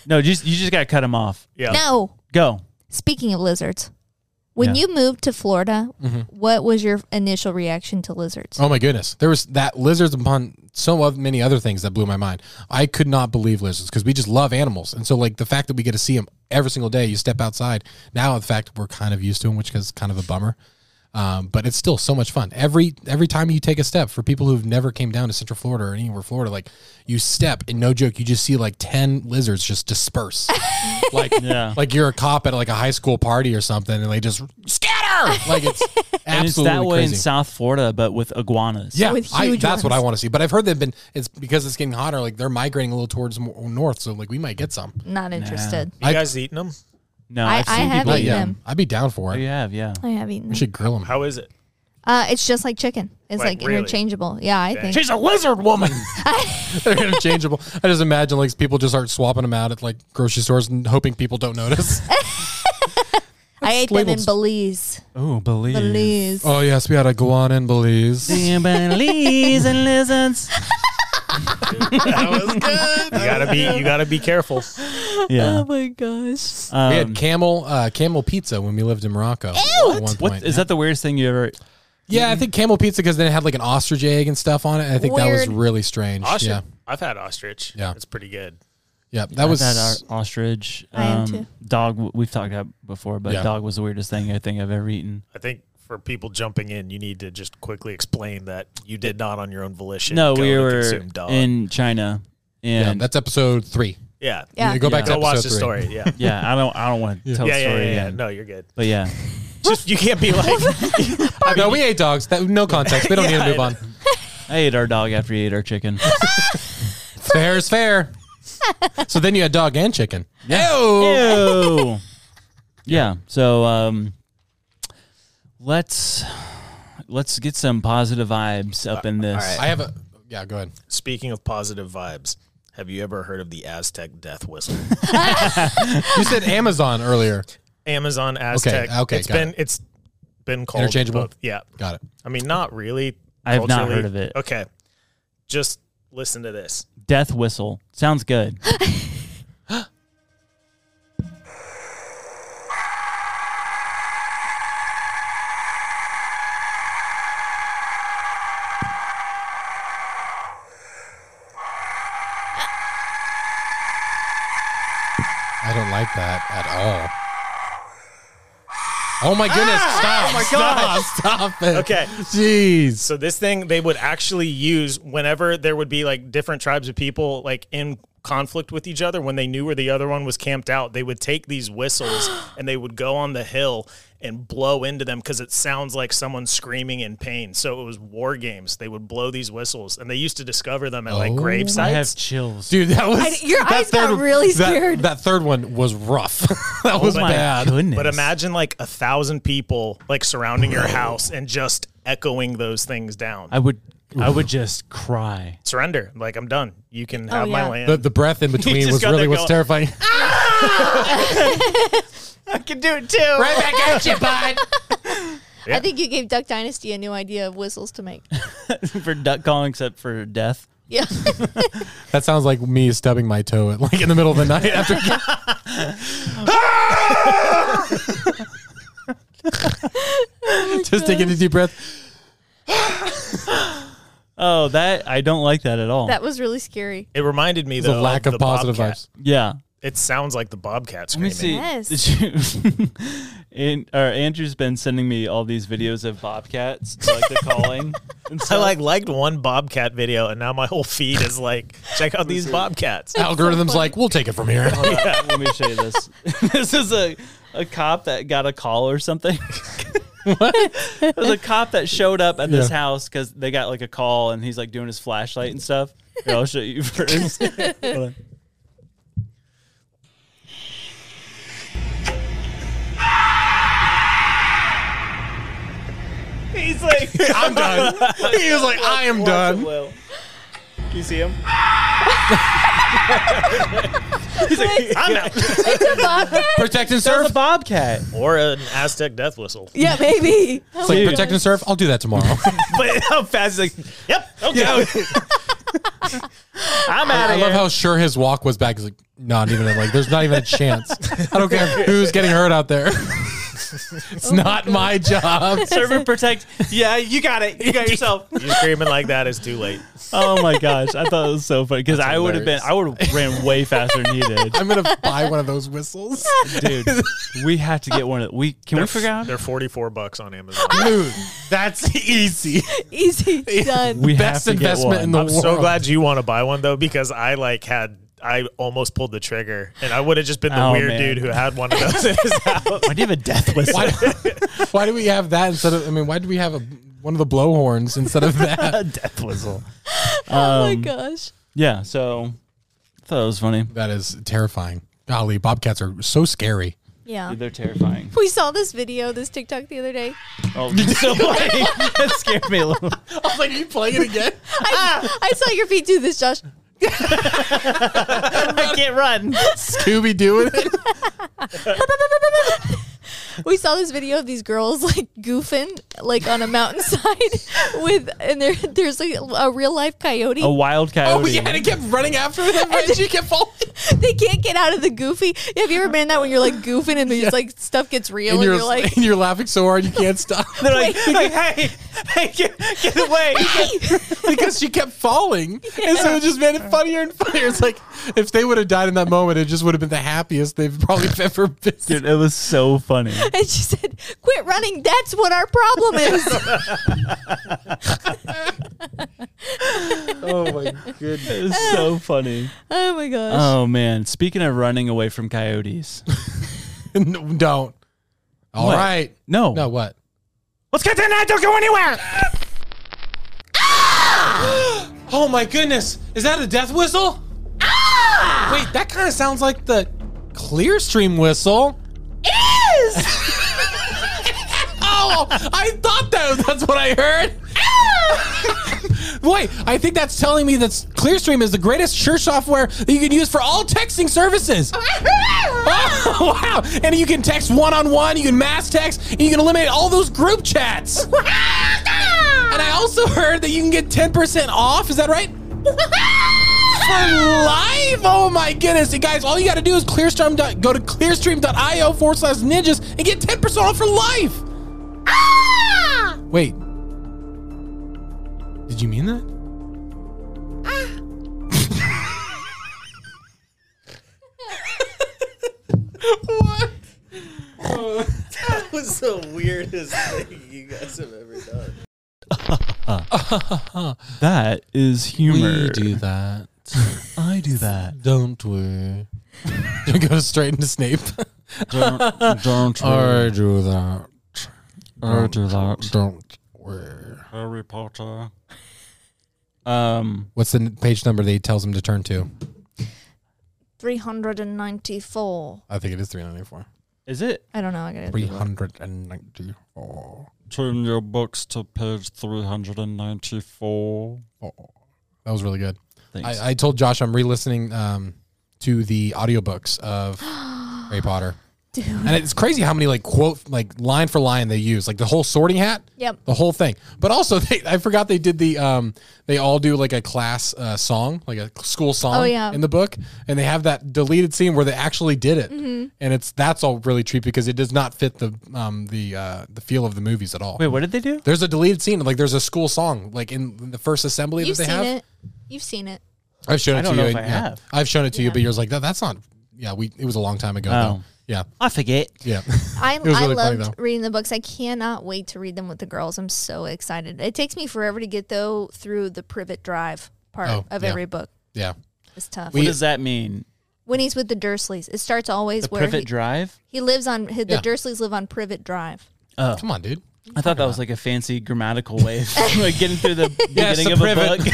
Speaker 6: no, just you just gotta cut him off.
Speaker 9: Yeah.
Speaker 4: No.
Speaker 6: Go.
Speaker 4: Speaking of lizards, when
Speaker 6: Yeah.
Speaker 4: you moved to Florida, what was your initial reaction to lizards?
Speaker 2: Mm-hmm. Oh my goodness. There was that lizards upon so of many other things that blew my mind. I could not believe lizards because we just love animals. And so like the fact that we get to see them every single day, you step outside. Now in fact we're kind of used to them, which is kind of a bummer. Um, but it's still so much fun. Every every time you take a step for people who've never came down to Central Florida or anywhere Florida, like you step and no joke, you just see like ten lizards just disperse. like
Speaker 6: Yeah.
Speaker 2: like you're a cop at like a high school party or something and they just scatter. Like it's absolutely
Speaker 6: and it's that way
Speaker 2: crazy.
Speaker 6: in South Florida, but with iguanas.
Speaker 2: Yeah,
Speaker 4: with
Speaker 2: I,
Speaker 4: huge
Speaker 2: that's what I
Speaker 4: ones.
Speaker 2: want to see. But I've heard they've been. It's because it's getting hotter. Like they're migrating a little towards more north. So like we might get some.
Speaker 4: Not interested.
Speaker 9: You guys eating them?
Speaker 6: No,
Speaker 4: I-
Speaker 6: I've seen
Speaker 4: I have
Speaker 6: people.
Speaker 4: eaten
Speaker 6: yeah.
Speaker 4: them.
Speaker 2: I'd be down for it.
Speaker 6: You have, yeah.
Speaker 4: I have
Speaker 2: We
Speaker 4: eaten. them.
Speaker 2: should grill them.
Speaker 9: How is it?
Speaker 4: Uh, it's just like chicken. It's
Speaker 9: Like,
Speaker 4: like,
Speaker 9: really?
Speaker 4: interchangeable. Yeah, I think.
Speaker 6: a lizard woman.
Speaker 2: they're interchangeable. I just imagine like people just start swapping them out at like grocery stores and hoping people don't notice.
Speaker 4: I ate them in
Speaker 2: labeled-
Speaker 4: Belize.
Speaker 6: oh, believe.
Speaker 4: Belize.
Speaker 2: oh yes, we had a guan in Belize.
Speaker 6: Belize and lizards.
Speaker 9: That was good. You gotta be you gotta be careful.
Speaker 6: Yeah.
Speaker 4: Oh my gosh.
Speaker 6: Um,
Speaker 2: we had camel uh, camel pizza when we lived in Morocco. At one
Speaker 6: what
Speaker 2: point.
Speaker 6: is that the weirdest thing you ever
Speaker 2: Yeah, I think camel pizza because then it had like an ostrich egg and stuff on it. and I think that was
Speaker 4: Weird.
Speaker 2: really strange.
Speaker 9: Ostrich.
Speaker 2: Yeah,
Speaker 9: I've had ostrich.
Speaker 2: Yeah.
Speaker 9: It's pretty good.
Speaker 2: yeah, that was.
Speaker 6: I've had our ostrich. Um,
Speaker 4: I am too.
Speaker 6: Dog. w- We've talked about before, but
Speaker 2: Yeah.
Speaker 6: dog was the weirdest thing I think I've ever eaten.
Speaker 9: I think for people jumping in, you need to just quickly explain that you did not on your own volition.
Speaker 6: No,
Speaker 9: go
Speaker 6: we
Speaker 9: to
Speaker 6: were
Speaker 9: consume dog.
Speaker 6: in China,
Speaker 2: yeah,
Speaker 6: and yeah,
Speaker 2: that's episode three.
Speaker 9: yeah.
Speaker 4: Yeah.
Speaker 2: Yeah, go back
Speaker 6: Yeah.
Speaker 2: to episode
Speaker 9: Go watch the
Speaker 2: three.
Speaker 9: story. Yeah.
Speaker 6: I don't. I don't want to tell
Speaker 9: Yeah,
Speaker 6: the
Speaker 9: yeah,
Speaker 6: story
Speaker 9: yeah, yeah.
Speaker 6: again.
Speaker 9: No, you're good.
Speaker 6: But yeah,
Speaker 9: Just you can't be like
Speaker 2: no, we ate dogs. That, no context. We don't need to move on.
Speaker 6: I ate our dog after he ate our chicken.
Speaker 2: Fair is fair. so then you had dog and chicken. Ew.
Speaker 6: Ew. yeah. So um, let's let's get some positive vibes up in this.
Speaker 2: I have a yeah. Go ahead.
Speaker 9: Speaking of positive vibes, have you ever heard of the Aztec death whistle?
Speaker 2: You said Amazon earlier.
Speaker 9: Amazon Aztec.
Speaker 2: okay,
Speaker 9: It's
Speaker 2: got
Speaker 9: been it's been called
Speaker 2: Interchangeable?
Speaker 9: both. Yeah.
Speaker 2: Got it.
Speaker 9: I mean, not really.
Speaker 6: I have not
Speaker 9: culturally.
Speaker 6: heard of it.
Speaker 9: Okay. Just listen to this.
Speaker 6: Death whistle sounds good.
Speaker 2: I don't like that at all. Oh my goodness! stop! Oh my god! Stop, it!
Speaker 9: Okay.
Speaker 2: Jeez.
Speaker 9: So this thing they would actually use whenever there would be like different tribes of people like in conflict with each other when they knew where the other one was camped out. They would take these whistles and they would go on the hill and blow into them because it sounds like someone screaming in pain. So it was war games. They would blow these whistles and they used to discover them at like grave
Speaker 1: Oh, I
Speaker 9: sites.
Speaker 1: have chills.
Speaker 2: Dude, that was
Speaker 4: I- your
Speaker 2: that
Speaker 4: eyes got
Speaker 2: third-
Speaker 4: really
Speaker 2: that-
Speaker 4: scared.
Speaker 2: That, third one was rough. that was
Speaker 6: Oh
Speaker 9: my
Speaker 2: bad.
Speaker 1: Goodness.
Speaker 9: But imagine like a thousand people like surrounding your house and just echoing those things down.
Speaker 1: I would I would Oh, just cry.
Speaker 9: Surrender. Like I'm done. You can have my
Speaker 4: yeah.
Speaker 9: land.
Speaker 2: The, the breath in between
Speaker 9: just
Speaker 2: was
Speaker 9: got
Speaker 2: really
Speaker 9: that
Speaker 2: what's
Speaker 9: going.
Speaker 2: terrifying.
Speaker 4: I can do it too. Right back at
Speaker 2: you,
Speaker 4: bud. I think you gave Duck Dynasty a new idea of whistles to make.
Speaker 1: for duck calling except for death.
Speaker 4: Yeah.
Speaker 2: That sounds like me stubbing my toe at, like in the middle of the night after. Ah! Just taking a deep breath.
Speaker 1: Oh, that I don't like that at all.
Speaker 4: that was really scary.
Speaker 9: it reminded me
Speaker 2: The
Speaker 9: though
Speaker 2: lack
Speaker 9: of,
Speaker 2: of positive
Speaker 9: Bobcat.
Speaker 2: vibes.
Speaker 1: yeah.
Speaker 9: It sounds like the Bobcat
Speaker 1: Let me
Speaker 9: screaming.
Speaker 1: see.
Speaker 4: Yes.
Speaker 1: Did you- and, or Andrew's been sending me all these videos of bobcats, like the calling. And
Speaker 9: I
Speaker 1: stuff.
Speaker 9: like liked one Bobcat video and now my whole feed is like, check out these Bobcats.
Speaker 2: Algorithms like we'll take it from here.
Speaker 1: Let me show you this. this is a, a cop that got a call or something. what? It was a cop that showed up at this
Speaker 2: Yeah.
Speaker 1: house because they got like a call and he's like doing his flashlight and stuff. Here, I'll show you first. Hold on.
Speaker 9: He's like,
Speaker 2: I'm done. He was like, I am
Speaker 1: Watch it,
Speaker 2: done.
Speaker 1: Will. You see him?
Speaker 9: I'm out.
Speaker 2: Protect and
Speaker 1: There's
Speaker 2: surf.
Speaker 1: a bobcat.
Speaker 9: Or an Aztec death whistle.
Speaker 4: yeah, maybe.
Speaker 2: It's like protect and surf. I'll do that tomorrow.
Speaker 9: But how fast he's like, yep, okay. I'm out
Speaker 2: I
Speaker 9: of here.
Speaker 2: love how sure his walk was back. He's like, not even like. There's not even a chance. I don't care who's getting hurt out there.
Speaker 1: Oh
Speaker 2: it's not my job.
Speaker 1: Serve and protect. Yeah, you got it. You got yourself.
Speaker 9: you screaming like that is too late.
Speaker 1: oh my gosh, I thought it was so funny because I would have been, I would have ran way faster than he did,
Speaker 2: I'm gonna buy one of those whistles,
Speaker 1: dude. We have to get one of the, we can we figure out.
Speaker 9: They're 44 bucks on Amazon.
Speaker 2: dude. That's easy.
Speaker 4: Easy. Done.
Speaker 1: We
Speaker 2: Best
Speaker 1: have to get
Speaker 2: investment
Speaker 1: one.
Speaker 2: in the
Speaker 9: I'm
Speaker 2: world.
Speaker 9: so glad you want to buy one though, because I like had I almost pulled the trigger, and I would have just been the
Speaker 1: Oh,
Speaker 9: weird
Speaker 1: man.
Speaker 9: dude who had one of those in his house.
Speaker 1: Why do you have a death whistle?
Speaker 2: Why, why do we have that instead of? I mean, why do we have a, one of the blowhorns instead of that?
Speaker 1: death whistle.
Speaker 4: oh my gosh.
Speaker 1: Yeah, so I thought it was funny.
Speaker 2: that is terrifying. Golly, bobcats are so scary.
Speaker 4: Yeah.
Speaker 1: They're terrifying.
Speaker 4: We saw this video, this TikTok the other day.
Speaker 1: Oh, so funny. that scared me a little.
Speaker 2: I was like, you playing it again?
Speaker 4: I, I saw your feet do this, Josh.
Speaker 1: I can't run.
Speaker 2: Scooby doing it?
Speaker 4: We saw this video of these girls like goofing like on a mountainside with and there there's like a real life coyote.
Speaker 1: A wild coyote.
Speaker 2: Oh yeah, and it kept running after them, and she kept falling.
Speaker 4: They can't get out of the goofy. Have you ever been in that when you're like goofing and it's like stuff gets real
Speaker 2: And
Speaker 4: and
Speaker 2: you're,
Speaker 4: you're, like
Speaker 2: and you're laughing so hard you can't stop
Speaker 1: They're like, like, hey, hey, get, get away.
Speaker 2: because she kept falling, and so it just made it funnier and funnier. It's like if they would have died in that moment, it just would have been the happiest they've probably ever been.
Speaker 1: Dude, it was so funny.
Speaker 4: and she said, "Quit running. That's what our problem is."
Speaker 2: Oh my goodness!
Speaker 1: It was so funny.
Speaker 4: oh my gosh.
Speaker 1: Oh man. Speaking of running away from coyotes.
Speaker 2: No, don't. All
Speaker 1: What?
Speaker 2: right.
Speaker 1: No.
Speaker 2: No, what?
Speaker 9: Let's get that! Don't go anywhere.
Speaker 2: Oh my goodness! Is that a death whistle? Wait, that kind of sounds like the Clearstream whistle. It is. oh, I thought that was, that's what I heard. Wait, I think that's telling me that Clearstream is the greatest sure software that you can use for all texting services. oh, wow! And you can text one on one, you can mass text, and you can eliminate all those group chats. And I also heard that you can get 10% off. Is that right? For life! Oh my goodness. And guys, all you gotta do is clearstream. dot- Go to clearstream.io forward slash ninjas and get 10% off for life! Wait. Did you mean that? what?
Speaker 9: That was the weirdest thing you guys have ever done.
Speaker 1: That is humor.
Speaker 2: We do that.
Speaker 1: I
Speaker 6: I do that?
Speaker 2: Don't we? Don't go straight into Snape.
Speaker 6: Don't, don't
Speaker 2: I do that.
Speaker 6: I do that.
Speaker 2: Don't we?
Speaker 6: Harry Potter. Um,
Speaker 2: What's the n- page number that he tells him to turn to?
Speaker 4: 394.
Speaker 2: I think it is 394.
Speaker 6: is it
Speaker 4: I don't know. I gotta.
Speaker 2: 394.
Speaker 6: turn your books to page three hundred and ninety-four?
Speaker 2: Oh, that was really good.
Speaker 6: Thanks.
Speaker 2: I, I told Josh I'm re-listening um, to the audiobooks of Harry Potter. And it's crazy how many like quote like line for line they use like the whole Sorting Hat,
Speaker 4: Yep.
Speaker 2: the whole thing. But also, they, I forgot they did the um they all do like a class uh, song, like a school song
Speaker 4: Oh, yeah.
Speaker 2: in the book, and they have that deleted scene where they actually did it,
Speaker 4: Mm-hmm.
Speaker 2: and it's that's all really cheap because it does not fit the um the uh the feel of the movies at all.
Speaker 6: Wait, what did they do?
Speaker 2: There's a deleted scene like there's a school song like in, in the first assembly
Speaker 4: You've
Speaker 2: that
Speaker 4: seen
Speaker 2: they have.
Speaker 4: it. You've seen it.
Speaker 2: I've shown it
Speaker 6: I don't
Speaker 2: to
Speaker 6: know
Speaker 2: you.
Speaker 6: if
Speaker 2: and-
Speaker 6: I
Speaker 2: yeah.
Speaker 6: have.
Speaker 2: I've shown it to you, but you're like, no, that's not. Yeah, we. It was a long time ago. Though.
Speaker 6: Oh.
Speaker 2: Yeah,
Speaker 6: I forget.
Speaker 2: yeah.
Speaker 4: I,
Speaker 2: was
Speaker 4: I
Speaker 2: really funny,
Speaker 4: loved
Speaker 2: though.
Speaker 4: reading the books. I cannot wait to read them with the girls. I'm so excited. It takes me forever to get though through the privet drive part
Speaker 2: Oh,
Speaker 4: of
Speaker 2: yeah.
Speaker 4: every book.
Speaker 2: yeah.
Speaker 4: It's tough.
Speaker 6: What does that mean?
Speaker 4: when he's with the Dursleys, it starts always
Speaker 6: The
Speaker 4: where
Speaker 6: Privet
Speaker 4: he,
Speaker 6: Drive?
Speaker 4: he lives on. He, The
Speaker 2: Yeah.
Speaker 4: Dursleys live on Privet Drive.
Speaker 6: Oh,
Speaker 2: Come on, dude.
Speaker 6: I thought that was like a fancy grammatical way of like getting through the beginning
Speaker 2: the
Speaker 6: of a
Speaker 2: privet.
Speaker 6: book.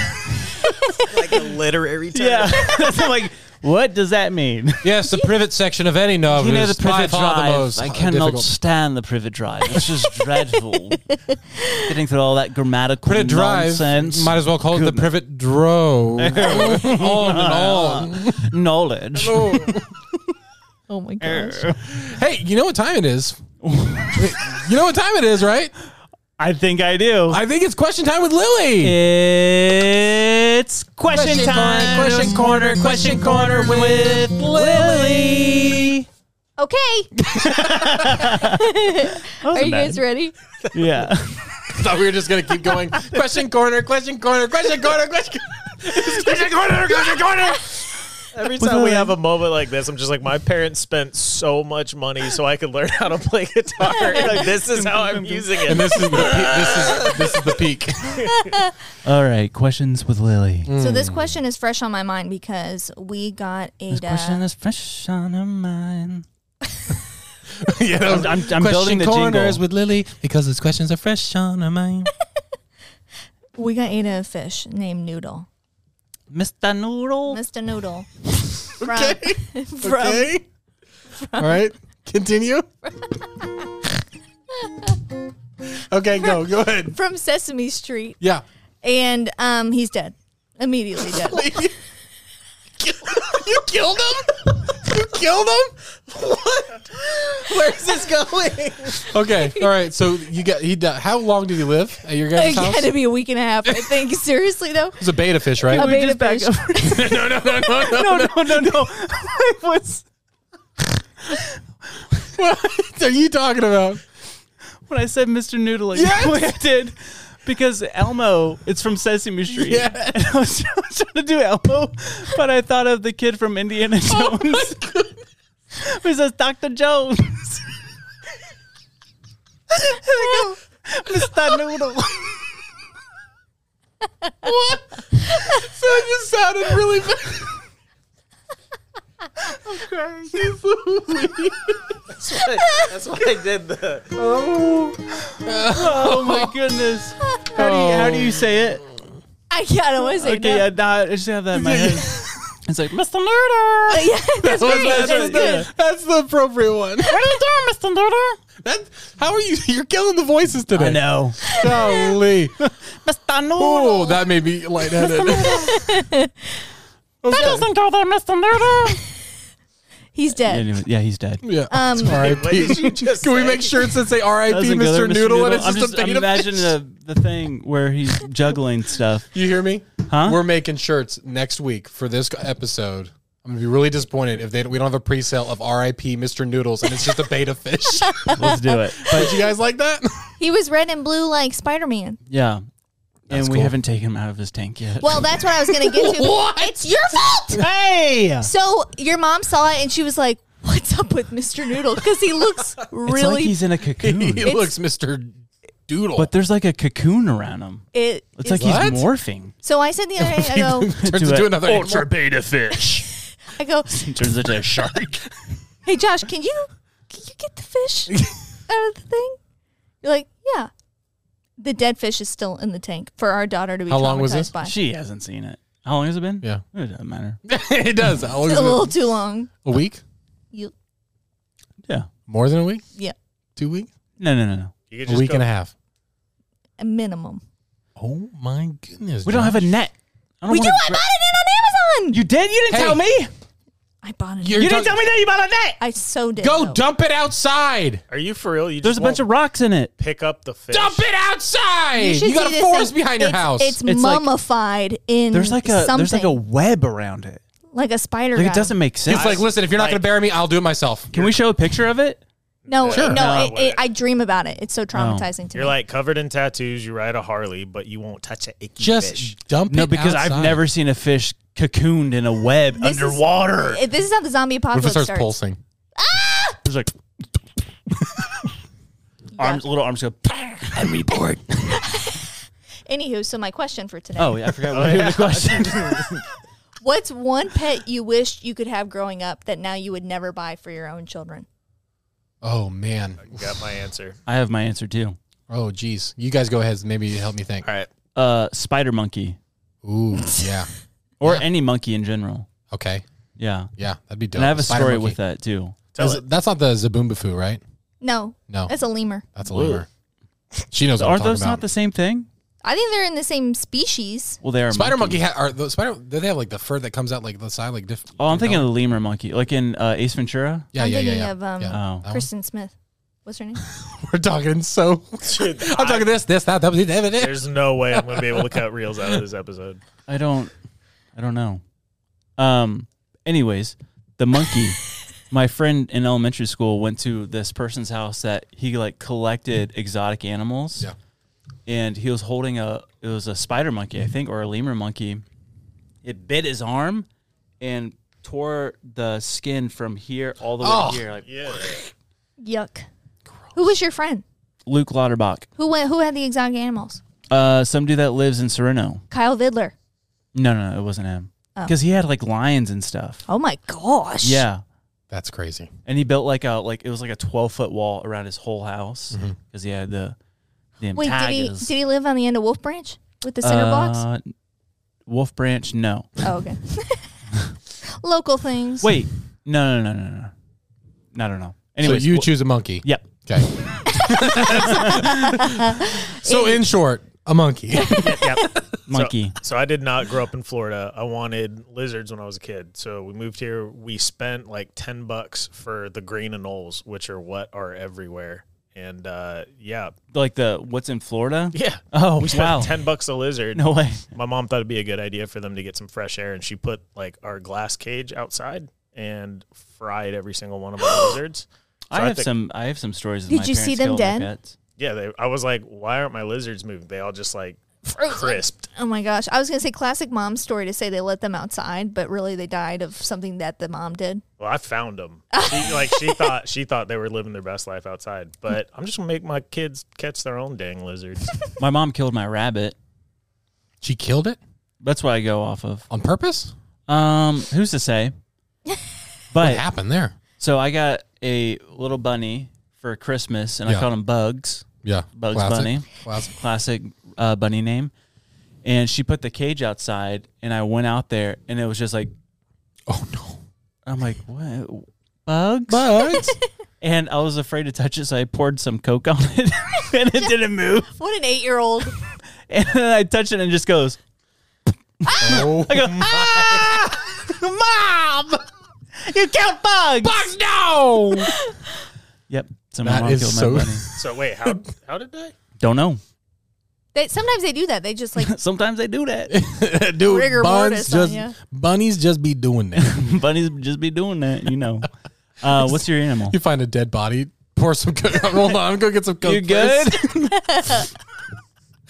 Speaker 11: like a literary term.
Speaker 6: yeah, so like, what does that mean?
Speaker 2: Yes, the privet section of any novel
Speaker 6: you know the privet drive.
Speaker 2: uh,
Speaker 6: I cannot stand the privet drive. It's just dreadful. Getting through all that grammatical
Speaker 2: Privet drive.
Speaker 6: nonsense,
Speaker 2: Might as well call it the
Speaker 6: Goodness.
Speaker 2: privet drove. on and on.
Speaker 6: knowledge.
Speaker 4: Oh my gosh!
Speaker 2: Hey, you know what time it is? you know what time it is, right?
Speaker 6: I think I do.
Speaker 2: I think it's question time with Lily.
Speaker 6: it's question, time.
Speaker 2: question corner, question corner
Speaker 6: with Lily.
Speaker 4: Okay, are you guys ready?
Speaker 6: Yeah.
Speaker 2: I thought we were just gonna keep going. question corner, question corner, question corner, question. Question corner, question corner.
Speaker 9: Every time we have a moment like this, I'm just like, my parents spent so much money so I could learn how to play guitar. like, this is how I'm using it.
Speaker 2: And this is the pe- this is this is the peak.
Speaker 6: All right. Questions with Lily.
Speaker 4: So this
Speaker 2: Hmm.
Speaker 4: question is fresh on my mind because we got
Speaker 6: This question
Speaker 4: Ada.
Speaker 6: is fresh on her mind.
Speaker 2: yeah, that was-
Speaker 6: I'm, I'm
Speaker 2: question
Speaker 6: building the
Speaker 2: corners
Speaker 6: jingle.
Speaker 2: with Lily because those questions are fresh on her mind.
Speaker 4: We got Ada a fish named Noodle,
Speaker 6: Mr. Noodle.
Speaker 4: Mr. Noodle. From, from
Speaker 2: Okay. All right. Continue. okay, go. Go ahead.
Speaker 4: from Sesame Street,
Speaker 2: Yeah.
Speaker 4: and um, he's dead immediately dead.
Speaker 2: you killed him? You killed him? What? Where's this going? Okay. All right. So you got he died. How long did he live at your
Speaker 4: it
Speaker 2: guys' house?
Speaker 4: had to
Speaker 2: It
Speaker 4: be a week and a half, I think. Seriously though,
Speaker 2: was a beta fish, right?
Speaker 4: a beta fish.
Speaker 2: no, no, no, no, no.
Speaker 6: No, no, no, no. it was
Speaker 2: What are you talking about?
Speaker 6: when I said Mr. Noodle. Like,
Speaker 2: Yes.
Speaker 6: I did. Because Elmo, it's from Sesame Street. And I was trying to do Elmo, but I thought of the kid from Indiana
Speaker 2: Oh
Speaker 6: Jones. Who says Dr. Jones? And
Speaker 2: Oh.
Speaker 6: I go, Mr. Noodle.
Speaker 2: So it just sounded really bad.
Speaker 11: That's why I did the.
Speaker 6: Oh my goodness. How do you, how
Speaker 2: Oh.
Speaker 6: do you say it?
Speaker 4: I, I don't want to say
Speaker 6: Okay,
Speaker 4: no.
Speaker 6: yeah, nah, I just have that in my head. It's like, Mr. Noodle.
Speaker 4: yeah,
Speaker 2: That's,
Speaker 4: that's great.
Speaker 2: that's,
Speaker 4: That's
Speaker 2: that's,
Speaker 4: good.
Speaker 2: the, that's the appropriate one.
Speaker 6: What are you doing, Mr. Noodle?
Speaker 2: That's, how are you? You're killing the voices today.
Speaker 6: I know.
Speaker 2: Golly.
Speaker 6: Mr. Noodle.
Speaker 2: Oh, that made me lightheaded. okay.
Speaker 6: doesn't go there, Mr. Noodle.
Speaker 4: He's dead.
Speaker 6: Anyway, yeah, he's dead.
Speaker 2: Yeah.
Speaker 4: Um,
Speaker 9: What did you
Speaker 2: R.I.P.
Speaker 9: just
Speaker 2: Can we
Speaker 9: say?
Speaker 2: make sure it says say R.I.P.
Speaker 6: Doesn't go there,
Speaker 2: Mr. Noodle and it's
Speaker 6: I'm
Speaker 2: just, a
Speaker 6: I'm
Speaker 2: beta
Speaker 6: imagining
Speaker 2: fish?
Speaker 6: the, the thing where he's juggling stuff.
Speaker 2: You hear me?
Speaker 6: Huh?
Speaker 2: We're making shirts next week for this episode. I'm gonna be really disappointed if they we don't have a pre-sale of R.I.P. Mr. Noodles and it's just a beta fish.
Speaker 6: Let's do it.
Speaker 2: Did you guys like that?
Speaker 4: he was red and blue like Spider Man.
Speaker 6: Yeah. and we
Speaker 2: cool.
Speaker 6: haven't taken him out of his tank yet.
Speaker 4: Well, that's what I was gonna get to. It's your fault.
Speaker 6: hey!
Speaker 4: So your mom saw it and she was like, "What's up with Mr. Noodle? Because he looks
Speaker 6: It's like
Speaker 4: really."
Speaker 6: he's in a
Speaker 2: he
Speaker 6: cocoon.
Speaker 2: looks Mr. doodle.
Speaker 6: But there's like a cocoon around him.
Speaker 4: It
Speaker 6: It's
Speaker 4: is-
Speaker 6: like
Speaker 2: What?
Speaker 6: he's morphing.
Speaker 4: so I said the other day, I go,
Speaker 2: turns
Speaker 6: to
Speaker 2: into
Speaker 6: a
Speaker 2: another animal.
Speaker 8: beta fish.
Speaker 4: I go,
Speaker 6: Turns into a shark.
Speaker 4: hey Josh, can you can you get the fish out of the thing? You're like, yeah. The dead fish is still in the tank for our daughter to be
Speaker 2: How
Speaker 4: traumatized
Speaker 2: long was this?
Speaker 4: by.
Speaker 6: she hasn't seen it. How long has it been?
Speaker 2: Yeah.
Speaker 6: It doesn't matter.
Speaker 2: it does. How long
Speaker 4: a
Speaker 2: is
Speaker 4: little
Speaker 2: it?
Speaker 4: too long.
Speaker 2: A week?
Speaker 4: You,
Speaker 6: Yeah.
Speaker 2: More than a week?
Speaker 4: yeah,
Speaker 2: Two weeks?
Speaker 6: No, no, no, no.
Speaker 9: You could
Speaker 2: A
Speaker 9: just
Speaker 2: week
Speaker 9: go-
Speaker 2: and a half.
Speaker 4: a minimum.
Speaker 2: Oh my goodness.
Speaker 6: We don't have a net. I don't
Speaker 4: We do.
Speaker 6: wanna
Speaker 4: I
Speaker 6: gra-
Speaker 4: bought it in on Amazon.
Speaker 6: You did? You didn't
Speaker 2: Hey.
Speaker 6: tell me. You
Speaker 4: I bought it.
Speaker 2: You're
Speaker 6: didn't
Speaker 2: talking-
Speaker 6: tell me that you bought a net.
Speaker 4: I so did.
Speaker 2: Go
Speaker 4: though.
Speaker 2: dump it outside.
Speaker 9: Are you for real? You
Speaker 6: There's
Speaker 9: just
Speaker 6: a bunch
Speaker 9: won't
Speaker 6: of rocks in it.
Speaker 9: pick up the fish.
Speaker 2: Dump it outside.
Speaker 4: You
Speaker 2: You,
Speaker 4: should
Speaker 2: got
Speaker 4: see
Speaker 2: a
Speaker 4: this
Speaker 2: forest
Speaker 4: thing.
Speaker 2: behind your
Speaker 4: It's-
Speaker 2: house.
Speaker 4: It's,
Speaker 6: It's like-
Speaker 4: mummified in
Speaker 6: There's like a
Speaker 4: something,
Speaker 6: there's like a web around it.
Speaker 4: like a spider.
Speaker 6: Like
Speaker 4: guy.
Speaker 6: it doesn't make sense.
Speaker 2: it's like, listen, if you're not
Speaker 9: Like-
Speaker 2: going to bury me, I'll do it myself.
Speaker 6: Can we show a picture of it?
Speaker 4: No,
Speaker 9: Sure.
Speaker 4: no.
Speaker 9: No
Speaker 4: it,
Speaker 9: way.
Speaker 4: it, I dream about it. It's
Speaker 2: Oh.
Speaker 4: so traumatizing to me.
Speaker 9: You're like covered in tattoos. You ride a Harley, but you won't touch a icky
Speaker 2: Just
Speaker 9: fish.
Speaker 2: dump it
Speaker 6: No, because I've
Speaker 2: outside.
Speaker 6: never seen a fish cocooned in a web
Speaker 4: This is-
Speaker 6: underwater.
Speaker 4: If this is how the zombie
Speaker 2: What if
Speaker 4: apocalypse
Speaker 2: it starts
Speaker 4: starts.
Speaker 2: pulsing?
Speaker 6: There's like arms, little arms go. I'm reborn.
Speaker 4: Anywho, so my question for today:
Speaker 6: Oh, yeah, I forgot what we were doing the question.
Speaker 4: What's one pet you wished you could have growing up that now you would never buy for your own children?
Speaker 2: Oh, man.
Speaker 9: Got my answer.
Speaker 6: I have my answer too.
Speaker 2: Oh, geez. You guys go ahead. Maybe help me think.
Speaker 9: All right.
Speaker 6: Uh, spider monkey
Speaker 2: Ooh, yeah.
Speaker 6: or any monkey in general.
Speaker 2: Okay.
Speaker 6: Yeah,
Speaker 2: Yeah, that'd be dope.
Speaker 6: and I have a
Speaker 2: Spider
Speaker 6: story
Speaker 2: monkey.
Speaker 6: with that too.
Speaker 9: Tell
Speaker 2: Is-
Speaker 9: it.
Speaker 2: That's not the Zaboombafoo, right?
Speaker 4: No,
Speaker 2: No,
Speaker 4: that's a lemur.
Speaker 2: that's a lemur. She knows what
Speaker 6: Aren't
Speaker 2: I'm
Speaker 6: those
Speaker 2: talking
Speaker 6: not
Speaker 2: about.
Speaker 6: the same thing?
Speaker 4: I think they're in the same species.
Speaker 6: Well, they are.
Speaker 2: Spider monkey
Speaker 6: monkeys.
Speaker 2: ha- are the spider. Do they have like the fur that comes out like the side, like different?
Speaker 6: Oh, I'm thinking of the lemur monkey, like in uh, Ace Ventura.
Speaker 2: Yeah,
Speaker 4: I'm
Speaker 2: yeah, yeah,
Speaker 4: thinking
Speaker 2: yeah.
Speaker 4: of, um,
Speaker 2: yeah.
Speaker 6: Oh.
Speaker 2: That one?
Speaker 4: Kristen Smith. What's her name?
Speaker 2: We're talking so. I'm talking this, this, that, that, that, that, that.
Speaker 9: There's no way I'm going to be able to cut reels out of this episode.
Speaker 6: I don't. I don't know. Um. Anyways, the monkey. my friend in elementary school went to this person's house that he like collected exotic animals.
Speaker 2: Yeah.
Speaker 6: And he was holding a it was a spider monkey I think or a lemur monkey. It bit his arm and tore the skin from here all the way
Speaker 2: Oh.
Speaker 6: to here. Like
Speaker 9: Yeah.
Speaker 4: Yuck. Who was your friend?
Speaker 6: Luke Lauterbach,
Speaker 4: Who went? Who had the exotic animals?
Speaker 6: uh, some dude that lives in Sereno.
Speaker 4: Kyle Vidler.
Speaker 6: No, no, no, it wasn't him. Because he had like lions and stuff.
Speaker 4: Oh my gosh.
Speaker 6: Yeah.
Speaker 2: That's crazy.
Speaker 6: and he built like a like it was like a twelve foot wall around his whole house because he had the the
Speaker 4: Wait, did he
Speaker 6: tigers.
Speaker 4: did he live on the end of Wolf Branch with the cinder blocks?
Speaker 6: Uh, Wolf Branch, no.
Speaker 4: Oh, okay. Local things.
Speaker 6: Wait, no, no, no, no, no. no, I don't know.
Speaker 2: Anyway,
Speaker 6: Anyways,
Speaker 2: so you
Speaker 6: well-
Speaker 2: choose a monkey.
Speaker 6: Yep.
Speaker 2: Okay. so in short, a monkey.
Speaker 6: Monkey.
Speaker 9: So I did not grow up in Florida. I wanted lizards when I was a kid. So we moved here. We spent like 10 bucks for the green anoles, which are what are everywhere. And uh, yeah.
Speaker 6: like the what's in Florida?
Speaker 9: Yeah.
Speaker 6: Oh
Speaker 9: We spent
Speaker 6: wow.
Speaker 9: 10 bucks a lizard.
Speaker 6: no way.
Speaker 9: My mom thought it'd be a good idea for them to get some fresh air, and she put like our glass cage outside and fried every single one of the lizards. So
Speaker 6: I have
Speaker 9: think-
Speaker 6: some. I have some stories. Of
Speaker 4: Did
Speaker 6: my
Speaker 4: you see
Speaker 6: parents
Speaker 4: them
Speaker 6: killing
Speaker 4: dead?
Speaker 6: their pets.
Speaker 9: Yeah, they, I was like, why aren't my lizards moving? They all just like
Speaker 4: Frozen.
Speaker 9: crisped.
Speaker 4: Oh my gosh. I was going to say classic mom story to say they let them outside, but really they died of something that the mom did.
Speaker 9: Well, I found them. She, like she thought she thought they were living their best life outside, but I'm just gonna make my kids catch their own dang lizards.
Speaker 6: My mom killed my rabbit.
Speaker 2: she killed it
Speaker 6: That's what I go off of.
Speaker 2: on purpose.
Speaker 6: Um, who's to say?
Speaker 2: What
Speaker 6: But
Speaker 2: happened there?
Speaker 6: So I got a little bunny for Christmas, and
Speaker 2: Yeah.
Speaker 6: I called him Bugs,
Speaker 2: Yeah,
Speaker 6: Bugs
Speaker 2: Classic.
Speaker 6: Bunny,
Speaker 2: Classic.
Speaker 6: classic uh, bunny name. And she put the cage outside, and I went out there, and it was just like
Speaker 2: Oh no,
Speaker 6: I'm like, what, Bugs?
Speaker 2: bugs.
Speaker 6: And I was afraid to touch it, so I poured some Coke on it, and it didn't move.
Speaker 4: What an eight year old.
Speaker 6: And then I touch it, and it just goes,
Speaker 2: oh.
Speaker 6: I go, ah, mom, you killed Bugs.
Speaker 2: bugs, no.
Speaker 6: Yep. So my
Speaker 2: That
Speaker 6: mom
Speaker 2: is
Speaker 6: killed
Speaker 2: so-
Speaker 6: my bunny.
Speaker 9: so wait, how how did they?
Speaker 6: Don't know.
Speaker 4: they, sometimes they do that. They just like,
Speaker 6: Sometimes they do that.
Speaker 2: Dude,
Speaker 4: Rigor
Speaker 2: buns
Speaker 4: mortis on
Speaker 2: just
Speaker 4: ya.
Speaker 2: bunnies just be doing that.
Speaker 6: Bunnies just be doing that, you know. Uh, what's your animal?
Speaker 2: you find a dead body, pour some coke. Hold on, I'm gonna get some coke.
Speaker 6: You good?
Speaker 2: please.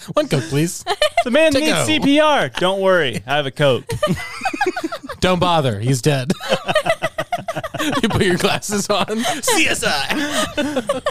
Speaker 2: One coke, please.
Speaker 6: The man
Speaker 2: Take
Speaker 6: needs
Speaker 2: out.
Speaker 6: CPR. Don't worry. I have a Coke.
Speaker 2: Don't bother. He's dead. you put your glasses on. CSI.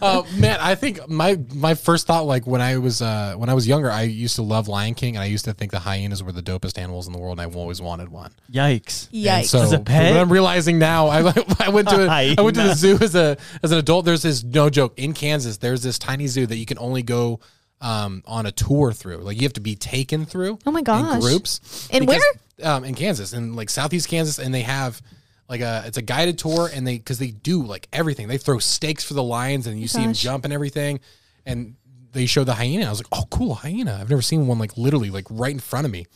Speaker 2: uh, man, I think my my first thought, like when I was uh, when I was younger, I used to love Lion King, and I used to think the hyenas were the dopest animals in the world, and I always wanted one.
Speaker 6: Yikes.
Speaker 2: And
Speaker 4: Yikes.
Speaker 2: so
Speaker 6: As a pet?
Speaker 2: what I'm realizing now, I, I went to a, I went to the
Speaker 6: Hyena.
Speaker 2: zoo as a as an adult. There's this no joke in Kansas. There's this tiny zoo that you can only go um, on a tour through. Like you have to be taken through.
Speaker 4: Oh my gosh.
Speaker 2: In groups.
Speaker 4: In
Speaker 2: where? Um, in Kansas, in like southeast Kansas, and they have. Like a, it's a guided tour, and they because they do like everything. They throw stakes for the lions, and you see them
Speaker 4: Oh Gosh.
Speaker 2: jump and everything. And they show the hyena. I was like, oh, cool a hyena. I've never seen one like literally like right in front of me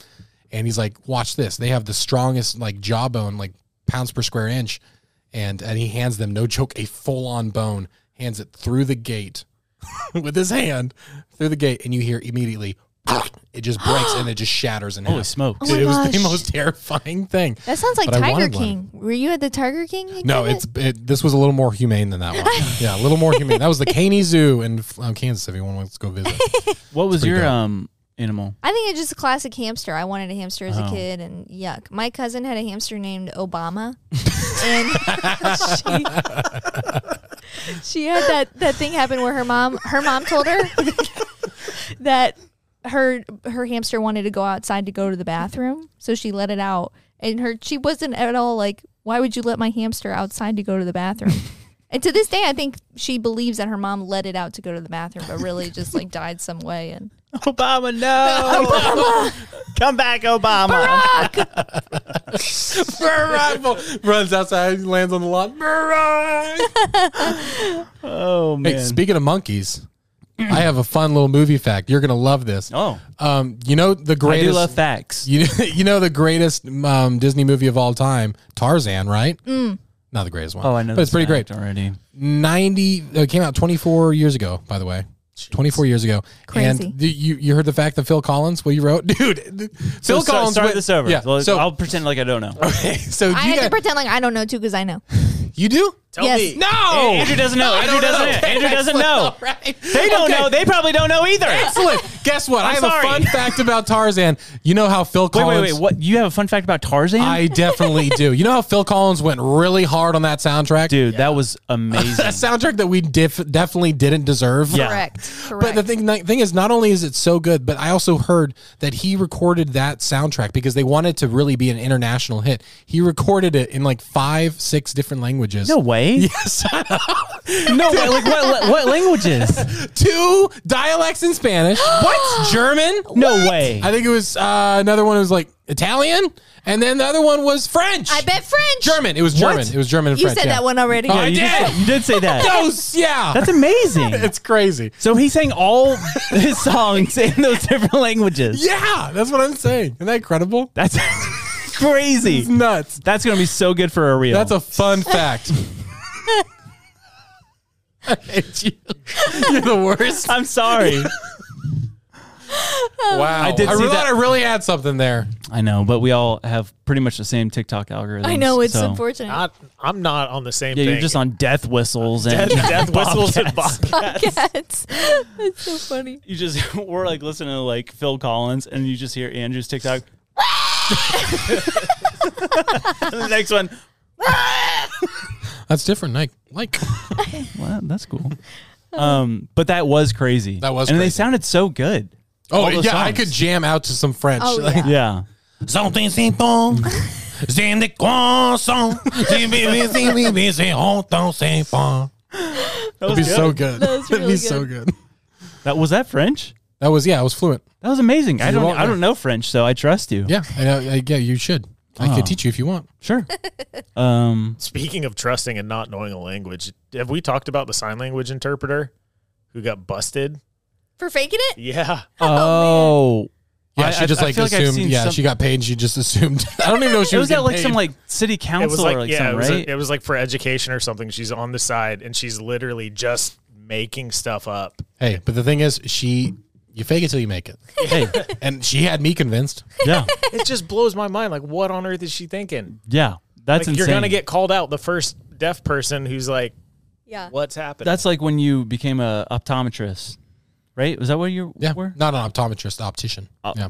Speaker 2: and he's like, "Watch this. They have the strongest like jawbone, like pounds per square inch." And and he hands them, no joke, a full on bone, hands it through the gate with his hand through the gate, and you hear immediately it just breaks and it just shatters in half.
Speaker 6: Holy smokes.
Speaker 4: Oh my
Speaker 2: it was the
Speaker 4: gosh.
Speaker 2: most terrifying thing.
Speaker 4: That sounds like
Speaker 2: But I
Speaker 4: Tiger
Speaker 2: wanted one.
Speaker 4: King. Were you at the Tiger King? exhibit?
Speaker 2: No, it's it, this was a little more humane than that one. yeah, a little more humane. That was the Caney Zoo in um, Kansas. If you want to go visit,
Speaker 6: What was
Speaker 2: pretty
Speaker 6: your
Speaker 2: dope.
Speaker 6: um animal?
Speaker 4: I think it's just a classic hamster. I wanted a hamster as
Speaker 6: Oh.
Speaker 4: a kid, and yuck. My cousin had a hamster named Obama, and she, she had that that thing happen where her mom her mom told her that her her hamster wanted to go outside to go to the bathroom, so she let it out, and her she wasn't at all like, why would you let my hamster outside to go to the bathroom? And to this day, I think she believes that her mom let it out to go to the bathroom, but really just like died some way. And
Speaker 6: Obama, no. Come back, Obama.
Speaker 2: Arrival runs outside, lands on the lawn.
Speaker 6: Oh man.
Speaker 2: Hey, speaking of monkeys, I have a fun little movie fact. You're gonna love this.
Speaker 6: oh,
Speaker 2: Um, you know the
Speaker 6: I
Speaker 2: greatest.
Speaker 6: do love facts.
Speaker 2: you, you know the greatest um, Disney movie of all time, Tarzan, right? Mm. Not the greatest one.
Speaker 6: Oh, I know.
Speaker 2: but it's
Speaker 6: this
Speaker 2: pretty great.
Speaker 6: fact already.
Speaker 2: Ninety. It came out 24 years ago, by the way. 24 years ago.
Speaker 4: Crazy.
Speaker 2: And the, you you heard the fact that Phil Collins, what you wrote, dude. th- Phil
Speaker 6: so,
Speaker 2: Collins.
Speaker 6: Start
Speaker 2: went-
Speaker 6: this over.
Speaker 2: Yeah.
Speaker 6: Well,
Speaker 2: so
Speaker 6: I'll pretend like I don't know.
Speaker 2: okay. So
Speaker 4: I
Speaker 2: you
Speaker 4: had to
Speaker 2: got,
Speaker 4: pretend like I don't know too because I know.
Speaker 2: you do.
Speaker 9: Tell
Speaker 4: Yes.
Speaker 9: me.
Speaker 2: Oh. No.
Speaker 6: Andrew doesn't know. Andrew doesn't. know. Andrew doesn't know.
Speaker 2: Right.
Speaker 6: They don't know. They probably don't know either.
Speaker 2: Excellent. Guess what? i have
Speaker 6: sorry.
Speaker 2: a fun fact about Tarzan. You know how Phil
Speaker 6: Wait,
Speaker 2: Collins.
Speaker 6: wait, wait. What? You have a fun fact about Tarzan?
Speaker 2: I definitely do. You know how Phil Collins went really hard on that soundtrack?
Speaker 6: Dude, that was amazing.
Speaker 2: A soundtrack that we def- definitely didn't deserve.
Speaker 6: Yeah.
Speaker 4: Correct. Correct.
Speaker 2: But the thing, the thing is, not only is it so good, but I also heard that he recorded that soundtrack because they wanted to really be an international hit. He recorded it in like five, six different languages.
Speaker 6: no way.
Speaker 2: Yes.
Speaker 6: No way. Like what? What languages?
Speaker 2: Two dialects in Spanish. what? German?
Speaker 6: No way.
Speaker 2: I think it was uh, another one was like Italian, and then the other one was French.
Speaker 4: I bet French.
Speaker 2: German. It was German. It was German and
Speaker 4: You
Speaker 2: French.
Speaker 4: said
Speaker 2: yeah.
Speaker 4: that one already.
Speaker 2: Oh,
Speaker 6: Yeah,
Speaker 2: I
Speaker 6: you,
Speaker 2: did.
Speaker 6: Did, you did say that.
Speaker 2: Those, yeah.
Speaker 6: That's amazing.
Speaker 2: it's crazy.
Speaker 6: So he sang all his songs in those different languages.
Speaker 2: Yeah, that's what I'm saying. Isn't that incredible?
Speaker 6: That's crazy.
Speaker 2: It's nuts.
Speaker 6: That's gonna be so good for a reel.
Speaker 2: That's a fun fact. I hate you. You're the worst.
Speaker 4: Um,
Speaker 6: I'm sorry.
Speaker 2: Wow. I
Speaker 6: did
Speaker 2: I
Speaker 6: see
Speaker 2: really,
Speaker 6: that.
Speaker 2: I really had something there.
Speaker 6: I know, but we all have pretty much the same TikTok algorithm.
Speaker 4: I know it's
Speaker 6: so.
Speaker 4: unfortunate.
Speaker 9: Not, I'm not on the same
Speaker 6: Yeah,
Speaker 9: thing.
Speaker 6: you're just on death whistles and
Speaker 9: death, death whistles and
Speaker 6: bobcats.
Speaker 4: Cats.
Speaker 9: bobcats.
Speaker 4: That's so funny.
Speaker 6: You just we're like listening to like Phil Collins, and you just hear Andrew's TikTok. And the next one.
Speaker 2: That's different. Like, like
Speaker 6: Well, that's cool. Um, but that was crazy.
Speaker 2: That was
Speaker 6: and they
Speaker 2: crazy.
Speaker 6: sounded so good.
Speaker 2: oh
Speaker 6: All
Speaker 2: yeah,
Speaker 6: those
Speaker 2: I
Speaker 6: songs.
Speaker 2: could jam out to some French.
Speaker 4: Oh
Speaker 2: Like,
Speaker 4: yeah.
Speaker 6: Yeah.
Speaker 11: Something simple. C'est des croissants. C'est bébé, c'est bébé, c'est hontant, c'est bon.
Speaker 2: That'd be so good.
Speaker 4: That was
Speaker 2: That'd be
Speaker 4: really
Speaker 2: so good.
Speaker 6: That was that French.
Speaker 2: That was yeah. I was fluent.
Speaker 6: That was amazing. I
Speaker 2: You're
Speaker 6: don't.
Speaker 2: welcome.
Speaker 6: I don't know French, so I trust you.
Speaker 2: Yeah. I, I, I- yeah. You should. I
Speaker 6: Oh.
Speaker 2: could teach you if you want.
Speaker 6: Sure. Um.
Speaker 9: Speaking of trusting and not knowing a language, have we talked about the sign language interpreter who got busted?
Speaker 4: For faking it?
Speaker 9: Yeah.
Speaker 6: Oh.
Speaker 2: Yeah.
Speaker 6: I-
Speaker 2: she
Speaker 6: I-
Speaker 2: just
Speaker 6: I
Speaker 2: like
Speaker 6: feel like I've
Speaker 2: assumed.
Speaker 6: seen
Speaker 2: yeah.
Speaker 6: some-
Speaker 2: she got paid. and She just assumed. I don't even know if she
Speaker 6: it
Speaker 2: was,
Speaker 6: was at
Speaker 2: getting
Speaker 6: like some
Speaker 2: paid.
Speaker 6: like city
Speaker 9: It was
Speaker 6: council
Speaker 9: like,
Speaker 6: or like
Speaker 9: yeah, it
Speaker 6: something,
Speaker 9: was,
Speaker 6: right?
Speaker 9: it was like for education or something. She's on the side and she's literally just making stuff up.
Speaker 2: Hey, but the thing is, she you fake it till you make it.
Speaker 6: hey,
Speaker 2: And she had me convinced.
Speaker 6: yeah,
Speaker 9: It just blows my mind. Like, what on earth is she thinking?
Speaker 6: yeah. That's
Speaker 9: Like,
Speaker 6: insane.
Speaker 9: you're gonna get called out the first deaf person who's like,
Speaker 4: Yeah.
Speaker 9: "What's happening?"
Speaker 6: That's like when you became a optometrist, right? Was that what you
Speaker 2: Yeah,
Speaker 6: were?
Speaker 2: not an optometrist, optician. yeah,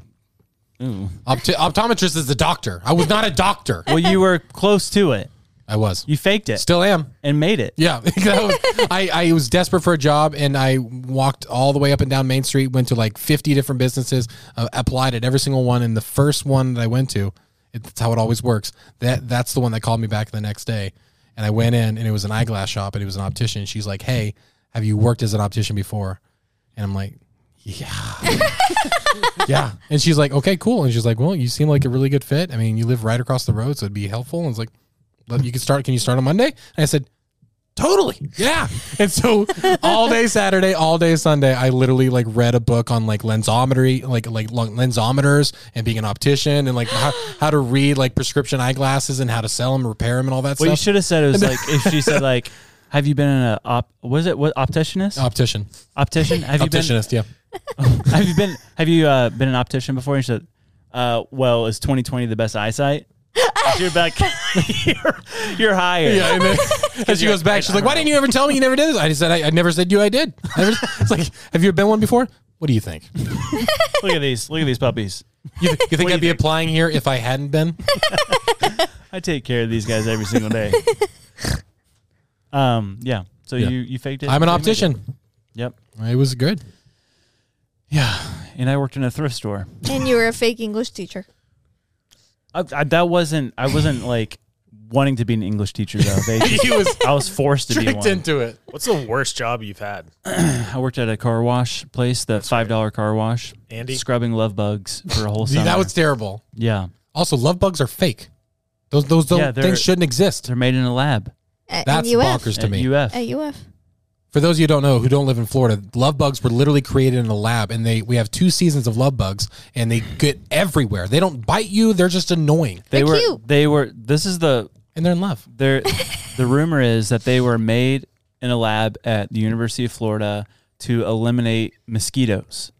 Speaker 6: Ooh.
Speaker 2: Opti- optometrist is the doctor. I was not a doctor.
Speaker 6: Well, you were close to it.
Speaker 2: I was.
Speaker 6: You faked it
Speaker 2: Still am.
Speaker 6: and made it.
Speaker 2: Yeah, That was- I, I was desperate for a job, and I walked all the way up and down Main Street. Went to like fifty different businesses, uh, applied at every single one, and the first one that I went to, it, that's how it always works. That that's the one that called me back the next day, and I went in, and it was an eyeglass shop, and it was an optician. She's like, "Hey, have you worked as an optician before?" And I'm like, "Yeah." Yeah, and she's like, "Okay, cool." And she's like, "Well, you seem like a really good fit. I mean, you live right across the road, so it'd be helpful." And it's like, "Well, "You can start. Can you start on Monday?" And I said, totally yeah and so all day saturday all day sunday i literally like read a book on like lensometry like like lung- lensometers and being an optician and like how, how to read like prescription eyeglasses and how to sell them repair them and all that
Speaker 6: What you
Speaker 2: stuff
Speaker 6: should have said it was like if she said like, "Have you been in a op? Was it what opticianist?
Speaker 2: optician
Speaker 6: optician? Have you been?
Speaker 2: opticianist yeah
Speaker 6: Have you been? Have you uh, been an optician before? And she said, uh, "Well, is 2020 the best eyesight?" You're back. you're, you're higher.
Speaker 2: yeah and then as she goes back she's like why didn't you ever tell me you never did this i just said i, I never said you i did I never- it's like have you been one before what do you think you,
Speaker 6: Look at these. Look at these puppies.
Speaker 2: th- you think i'd be applying here if i hadn't been
Speaker 6: I take care of these guys every single day. um. Yeah. So
Speaker 2: Yeah.
Speaker 6: you you faked it.
Speaker 2: i'm an
Speaker 6: You made it.
Speaker 2: optician
Speaker 6: Yep.
Speaker 2: it was good
Speaker 6: Yeah. And I worked in a thrift store.
Speaker 4: and you were a fake English teacher.
Speaker 6: I, I, that wasn't. I wasn't like wanting to be an English teacher though. They just-
Speaker 2: was
Speaker 6: I was forced to be
Speaker 2: tricked
Speaker 6: one.
Speaker 2: into it
Speaker 9: What's the worst job you've had?
Speaker 6: I worked at a car wash place, the five dollar car wash.
Speaker 9: Andy?
Speaker 6: scrubbing love bugs for a whole
Speaker 2: See,
Speaker 6: summer.
Speaker 2: that was terrible
Speaker 6: yeah.
Speaker 2: Also, love bugs are fake. Those those, those
Speaker 6: Yeah, they're-
Speaker 2: things shouldn't exist.
Speaker 6: They're made in a lab
Speaker 4: At
Speaker 2: That's
Speaker 4: UF.
Speaker 2: bonkers to
Speaker 6: at
Speaker 2: me.
Speaker 6: UF.
Speaker 4: At UF.
Speaker 2: For those of you who don't know, who don't live in Florida, love bugs were literally created in a lab, and they we have two seasons of love bugs, and they get everywhere. They don't bite you; they're just annoying,
Speaker 6: they
Speaker 4: They're
Speaker 6: were.
Speaker 4: cute.
Speaker 6: They were. This is the.
Speaker 2: and they're in love.
Speaker 6: They're, the rumor is that they were made in a lab at the University of Florida to eliminate mosquitoes,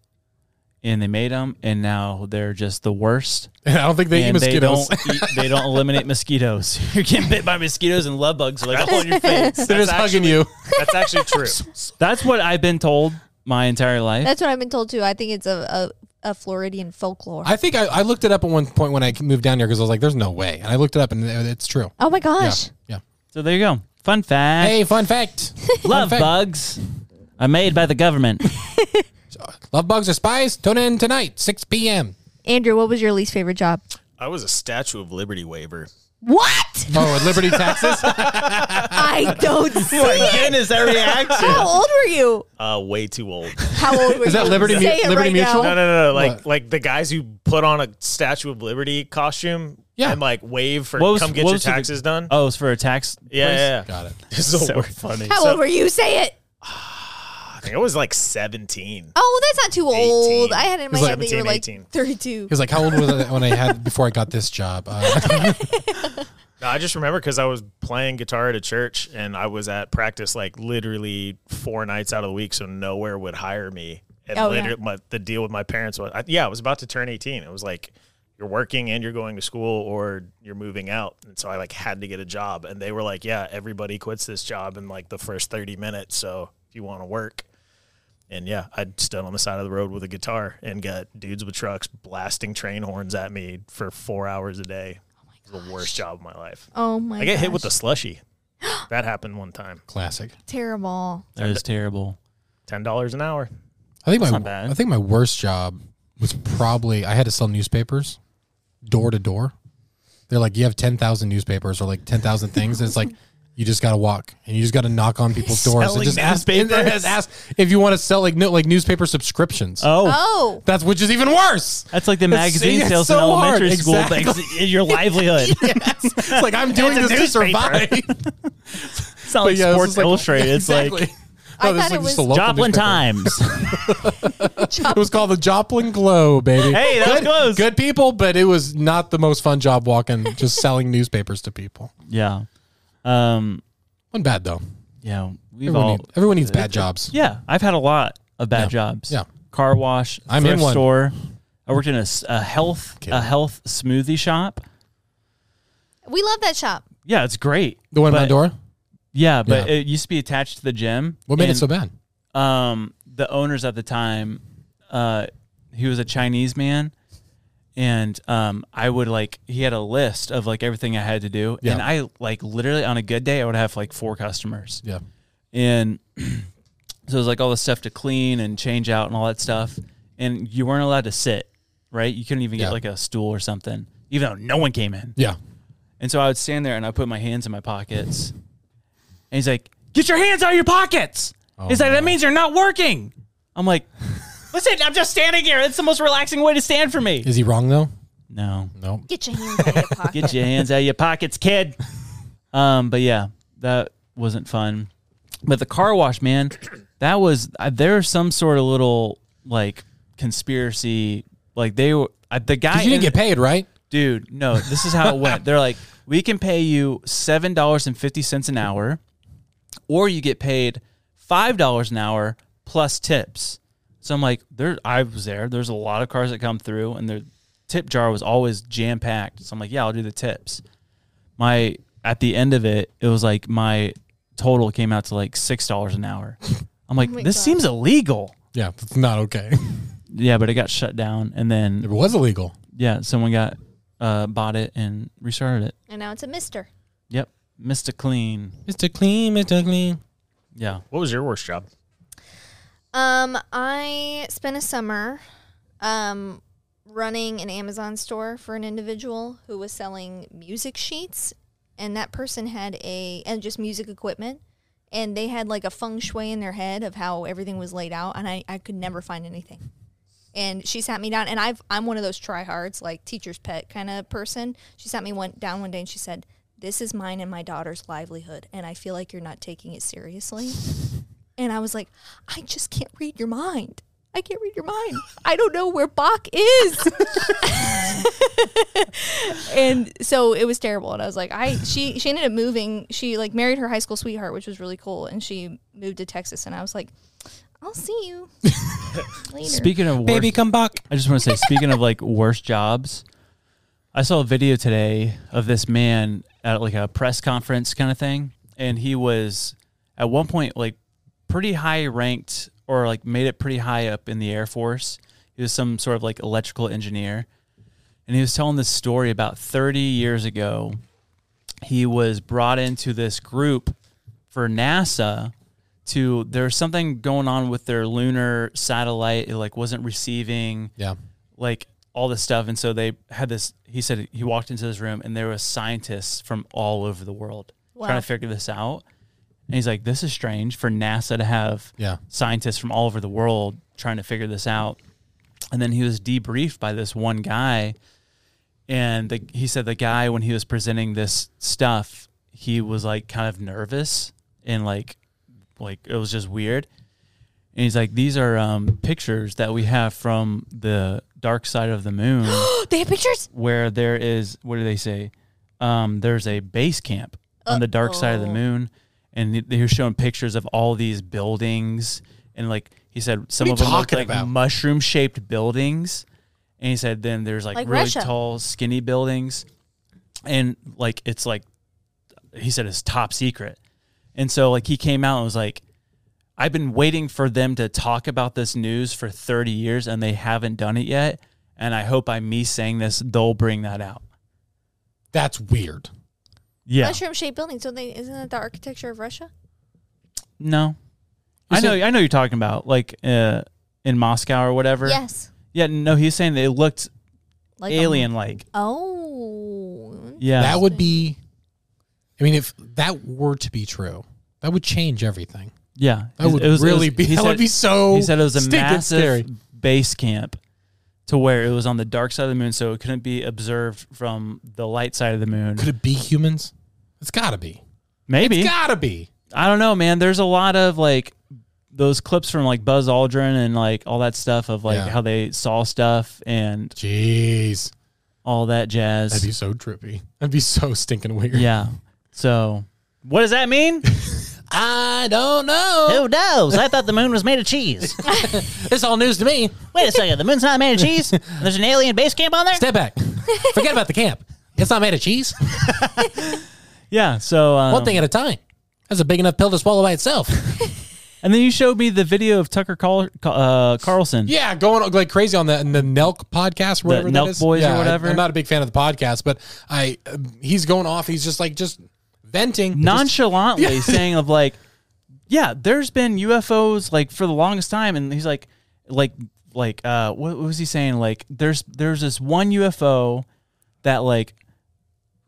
Speaker 6: and they made them, and now they're just the worst.
Speaker 2: And I don't think they eat
Speaker 6: and they
Speaker 2: mosquitoes.
Speaker 6: don't. eat, they don't eliminate mosquitoes. You're getting bit by mosquitoes and love bugs are like all on your face.
Speaker 2: they're just hugging you.
Speaker 9: That's actually true.
Speaker 6: That's what I've been told my entire life.
Speaker 4: That's what I've been told too. I think it's a, a, a Floridian folklore.
Speaker 2: I think I, I looked it up at one point when I moved down here because I was like, "There's no way," and I looked it up, and it's true.
Speaker 4: oh my gosh.
Speaker 2: Yeah.
Speaker 6: so there you go. Fun fact.
Speaker 2: Hey, fun fact:
Speaker 6: Love
Speaker 2: fact.
Speaker 6: bugs are made by the government.
Speaker 2: Love bugs are spies. Tune in tonight, 6 p.m.
Speaker 4: Andrew, what was your least favorite job?
Speaker 9: I was a Statue of Liberty waiver.
Speaker 4: What?
Speaker 2: Oh, at Liberty, Texas.
Speaker 4: I don't see it.
Speaker 6: Goodness, that reaction.
Speaker 4: How old were you?
Speaker 9: Uh, way too old.
Speaker 4: How old were you?
Speaker 2: Is that Liberty Mu-
Speaker 4: Say it
Speaker 2: Liberty
Speaker 4: right
Speaker 2: Mutual?
Speaker 4: Now.
Speaker 9: No, no, no, no. Like,
Speaker 2: What?
Speaker 9: like the guys who put on a Statue of Liberty costume
Speaker 2: Yeah.
Speaker 9: and like wave for
Speaker 6: What was-
Speaker 9: come get
Speaker 6: what
Speaker 9: your
Speaker 6: was the-
Speaker 9: taxes done.
Speaker 6: Oh, it's for a tax.
Speaker 9: yeah,
Speaker 6: place?
Speaker 9: yeah, yeah.
Speaker 2: Got it.
Speaker 9: This is so
Speaker 6: So
Speaker 9: funny.
Speaker 4: How
Speaker 9: So,
Speaker 4: old were you? Say it.
Speaker 9: I think I was like 17.
Speaker 4: Oh, that's not too old.
Speaker 9: 18.
Speaker 4: I had it in my
Speaker 2: It's like
Speaker 4: head that you were
Speaker 9: 17,
Speaker 4: like
Speaker 9: 18.
Speaker 4: 32.
Speaker 2: He was like, "How old was I when I had before I got this job?" Uh,
Speaker 9: No, I just remember because I was playing guitar at a church and I was at practice like literally four nights out of the week, so nowhere would hire me. And
Speaker 4: Oh,
Speaker 9: later,
Speaker 4: yeah.
Speaker 9: my, the deal with my parents was, I, yeah, I was about to turn eighteen. It was like you're working and you're going to school or you're moving out, and so I like had to get a job. And they were like, yeah, everybody quits this job in like the first thirty minutes, so if you want to work. And yeah, I stood on the side of the road with a guitar and got dudes with trucks blasting train horns at me for four hours a day. It was the worst job of my life.
Speaker 4: Oh my
Speaker 9: I get hit with
Speaker 4: gosh.
Speaker 9: the slushy. that happened one time.
Speaker 2: classic.
Speaker 4: terrible.
Speaker 6: That is terrible.
Speaker 9: Ten dollars an hour.
Speaker 2: I think my
Speaker 6: not bad.
Speaker 2: I think my worst job was probably I had to sell newspapers door to door. They're like you have ten thousand newspapers or like ten thousand things, and it's like you just got to walk and you just got to knock on people's doors and
Speaker 9: Selling
Speaker 2: just ask, and
Speaker 9: newspapers.
Speaker 2: just ask if you want to sell like no, like newspaper subscriptions.
Speaker 6: Oh,
Speaker 4: Oh,
Speaker 2: That's which is even worse.
Speaker 6: that's like the
Speaker 2: It's-
Speaker 6: magazine
Speaker 2: it's
Speaker 6: sales
Speaker 2: so
Speaker 6: in elementary
Speaker 2: hard.
Speaker 6: school.
Speaker 2: Exactly.
Speaker 6: That's your livelihood.
Speaker 2: It's like I'm doing this to survive.
Speaker 6: It's not like
Speaker 2: Yeah, this
Speaker 6: Sports
Speaker 2: is like-
Speaker 6: Illustrated. it's like
Speaker 4: I
Speaker 2: this is
Speaker 4: thought it
Speaker 2: just a
Speaker 4: was-
Speaker 2: local
Speaker 6: Joplin
Speaker 2: newspaper.
Speaker 6: Times.
Speaker 2: It was called the Joplin Glow, baby.
Speaker 6: Hey, that was
Speaker 2: good,
Speaker 6: close.
Speaker 2: Good people, but it was not the most fun job walking, just selling newspapers to people.
Speaker 6: yeah. Um.
Speaker 2: One bad though.
Speaker 6: Yeah. We've
Speaker 2: Everyone,
Speaker 6: all.
Speaker 2: need- everyone needs bad jobs.
Speaker 6: Yeah, I've had a lot of bad
Speaker 2: Yeah.
Speaker 6: jobs.
Speaker 2: Yeah.
Speaker 6: Car wash.
Speaker 2: I'm
Speaker 6: thrift
Speaker 2: in one.
Speaker 6: store. I worked in a, s- a health a health smoothie shop.
Speaker 4: we love that shop.
Speaker 6: Yeah, it's great.
Speaker 2: The one in
Speaker 6: but,
Speaker 2: Pandora.
Speaker 6: Yeah, but
Speaker 2: Yeah.
Speaker 6: it used to be attached to the gym.
Speaker 2: What made it
Speaker 6: and
Speaker 2: so bad?
Speaker 6: um, the owners at the time, uh, he was a Chinese man, and um, I would like he had a list of like everything I had to do,
Speaker 2: Yeah.
Speaker 6: and I like literally on a good day I would have like four customers,
Speaker 2: Yeah.
Speaker 6: and so it was like all the stuff to clean and change out and all that stuff, and you weren't allowed to sit, right? You couldn't even get
Speaker 2: Yeah.
Speaker 6: like a stool or something, even though no one came in.
Speaker 2: Yeah.
Speaker 6: And so I would stand there and I put my hands in my pockets. And he's like, Get your hands out of your pockets.
Speaker 2: Oh,
Speaker 6: he's like, That means you're not working. I'm like, Listen, I'm just standing here. It's the most relaxing way to stand for me.
Speaker 2: Is he wrong though?
Speaker 6: No.
Speaker 2: No.
Speaker 4: Get your hands out of your pocket.
Speaker 6: Get your hands out of your pockets, kid. Um, but yeah, that wasn't fun. But the car wash, man, that was uh, there's some sort of little like conspiracy. Like they were uh, the guy.
Speaker 2: Because you didn't
Speaker 6: in-
Speaker 2: get paid, right?
Speaker 6: dude no this is how it went they're like we can pay you $7.50 an hour or you get paid $5 an hour plus tips so i'm like there i was there there's a lot of cars that come through and their tip jar was always jam packed so i'm like yeah i'll do the tips my at the end of it it was like my total came out to like $6 an hour i'm like
Speaker 4: Oh my
Speaker 6: this
Speaker 4: God.
Speaker 6: seems illegal
Speaker 2: Yeah, that's not okay.
Speaker 6: yeah but it got shut down and
Speaker 2: It
Speaker 6: then
Speaker 2: was illegal.
Speaker 6: yeah someone got uh, bought it and restarted it
Speaker 4: And now it's a mister.
Speaker 6: Yep. Mr. Clean.
Speaker 2: Mr. Clean, Mr. Clean.
Speaker 6: Yeah.
Speaker 9: What was your worst job?
Speaker 4: Um, I spent a summer um, running an Amazon store for an individual who was selling music sheets, and that person had a and just music equipment, and they had like a feng shui in their head of how everything was laid out, and I, I could never find anything. And she sat me down, and I've I'm one of those tryhards, like teacher's pet kind of person. She sat me one down one day, and she said. This is mine and my daughter's livelihood, and I feel like you're not taking it seriously. And I was like, I just can't read your mind. I can't read your mind. I don't know where Bach is. and so it was terrible. And I was like, I she she ended up moving. She like married her high school sweetheart, which was really cool. And she moved to Texas. And I was like, I'll see you later.
Speaker 6: Speaking of worst,
Speaker 2: Baby, come back.
Speaker 6: I just want to say, speaking of like worst jobs, I saw a video today of this man at like a press conference kind of thing, and he was at one point like pretty high ranked or like made it pretty high up in the Air Force. He was some sort of like electrical engineer, and he was telling this story about 30 years ago. He was brought into this group for NASA to there's something going on with their lunar satellite it like wasn't receiving
Speaker 2: Yeah.
Speaker 6: like all this stuff and so they had this he said he walked into this room and there was scientists from all over the world trying
Speaker 4: Wow.
Speaker 6: to figure this out and he's like this is strange for nasa to have
Speaker 2: Yeah.
Speaker 6: scientists from all over the world trying to figure this out and then he was debriefed by this one guy and the, he said the guy when he was presenting this stuff he was like kind of nervous and like like it was just weird and he's like these are um, pictures that we have from the dark side of the moon
Speaker 4: they have pictures?
Speaker 6: where there is what do they say? Um, there's a base camp on the dark side of the
Speaker 4: Uh-oh.
Speaker 6: moon, and he- they were showing pictures of all these buildings, and like he said, some
Speaker 2: you
Speaker 6: of them looked
Speaker 2: talking
Speaker 6: like
Speaker 2: about?
Speaker 6: mushroom shaped buildings, and he said then there's like,
Speaker 4: Like
Speaker 6: really
Speaker 4: Russia.
Speaker 6: tall, skinny buildings, and like it's like he said it's top secret, and so like he came out and was like. I've been waiting for them to talk about this news for 30 years and they haven't done it yet. And I hope by me saying this, they'll bring that out.
Speaker 2: That's weird.
Speaker 6: Yeah.
Speaker 4: Mushroom shaped buildings. Don't they isn't that the architecture of Russia?
Speaker 6: No. I know. I know you're talking about like uh, in Moscow or whatever.
Speaker 4: Yes.
Speaker 6: Yeah. No, he's saying they looked
Speaker 4: Like a-
Speaker 6: alien-like.
Speaker 4: oh.
Speaker 6: Yeah.
Speaker 2: That would be. I mean, if that were to be true, that would change everything.
Speaker 6: yeah.
Speaker 2: That would
Speaker 6: It was- it was-
Speaker 2: really be.
Speaker 6: he
Speaker 2: That would
Speaker 6: said-
Speaker 2: be so.
Speaker 6: He said it was a
Speaker 2: Oh, stinking
Speaker 6: massive
Speaker 2: scary.
Speaker 6: base camp to where it was on the dark side of the moon, so it couldn't be observed from the light side of the moon.
Speaker 2: Could it be humans? It's got to be.
Speaker 6: Maybe.
Speaker 2: It's got to be.
Speaker 6: I don't know, man. There's a lot of like those clips from like Buzz Aldrin and like all that stuff of like
Speaker 2: Yeah.
Speaker 6: how they saw stuff and
Speaker 2: Jeez,
Speaker 6: all that jazz.
Speaker 2: that'd be so trippy. That'd be so stinking weird.
Speaker 6: yeah. So, what does that mean?
Speaker 2: I don't know.
Speaker 6: Who knows? I thought the moon was made of cheese.
Speaker 2: It's all news to me.
Speaker 6: Wait a second. The moon's not made of cheese. There's an alien base camp on there.
Speaker 2: Step back. Forget about the camp. It's not made of cheese.
Speaker 6: Yeah. um, So um,
Speaker 2: One thing at a time. That's a big enough pill to swallow by itself.
Speaker 6: And then you showed me the video of Tucker Carl, uh, Carlson.
Speaker 2: Yeah, going like crazy on that and the Nelk podcast, or whatever that
Speaker 6: Nelk
Speaker 2: is.
Speaker 6: Boys or
Speaker 2: Yeah, I-
Speaker 6: whatever.
Speaker 2: I'm not a big fan of the podcast, but I um, he's going off. He's just like just venting. Just-
Speaker 6: nonchalantly saying of like, yeah, there's been UFOs like for the longest time, and he's like, like, like, uh, what, what was he saying? Like, there's there's this one UFO that like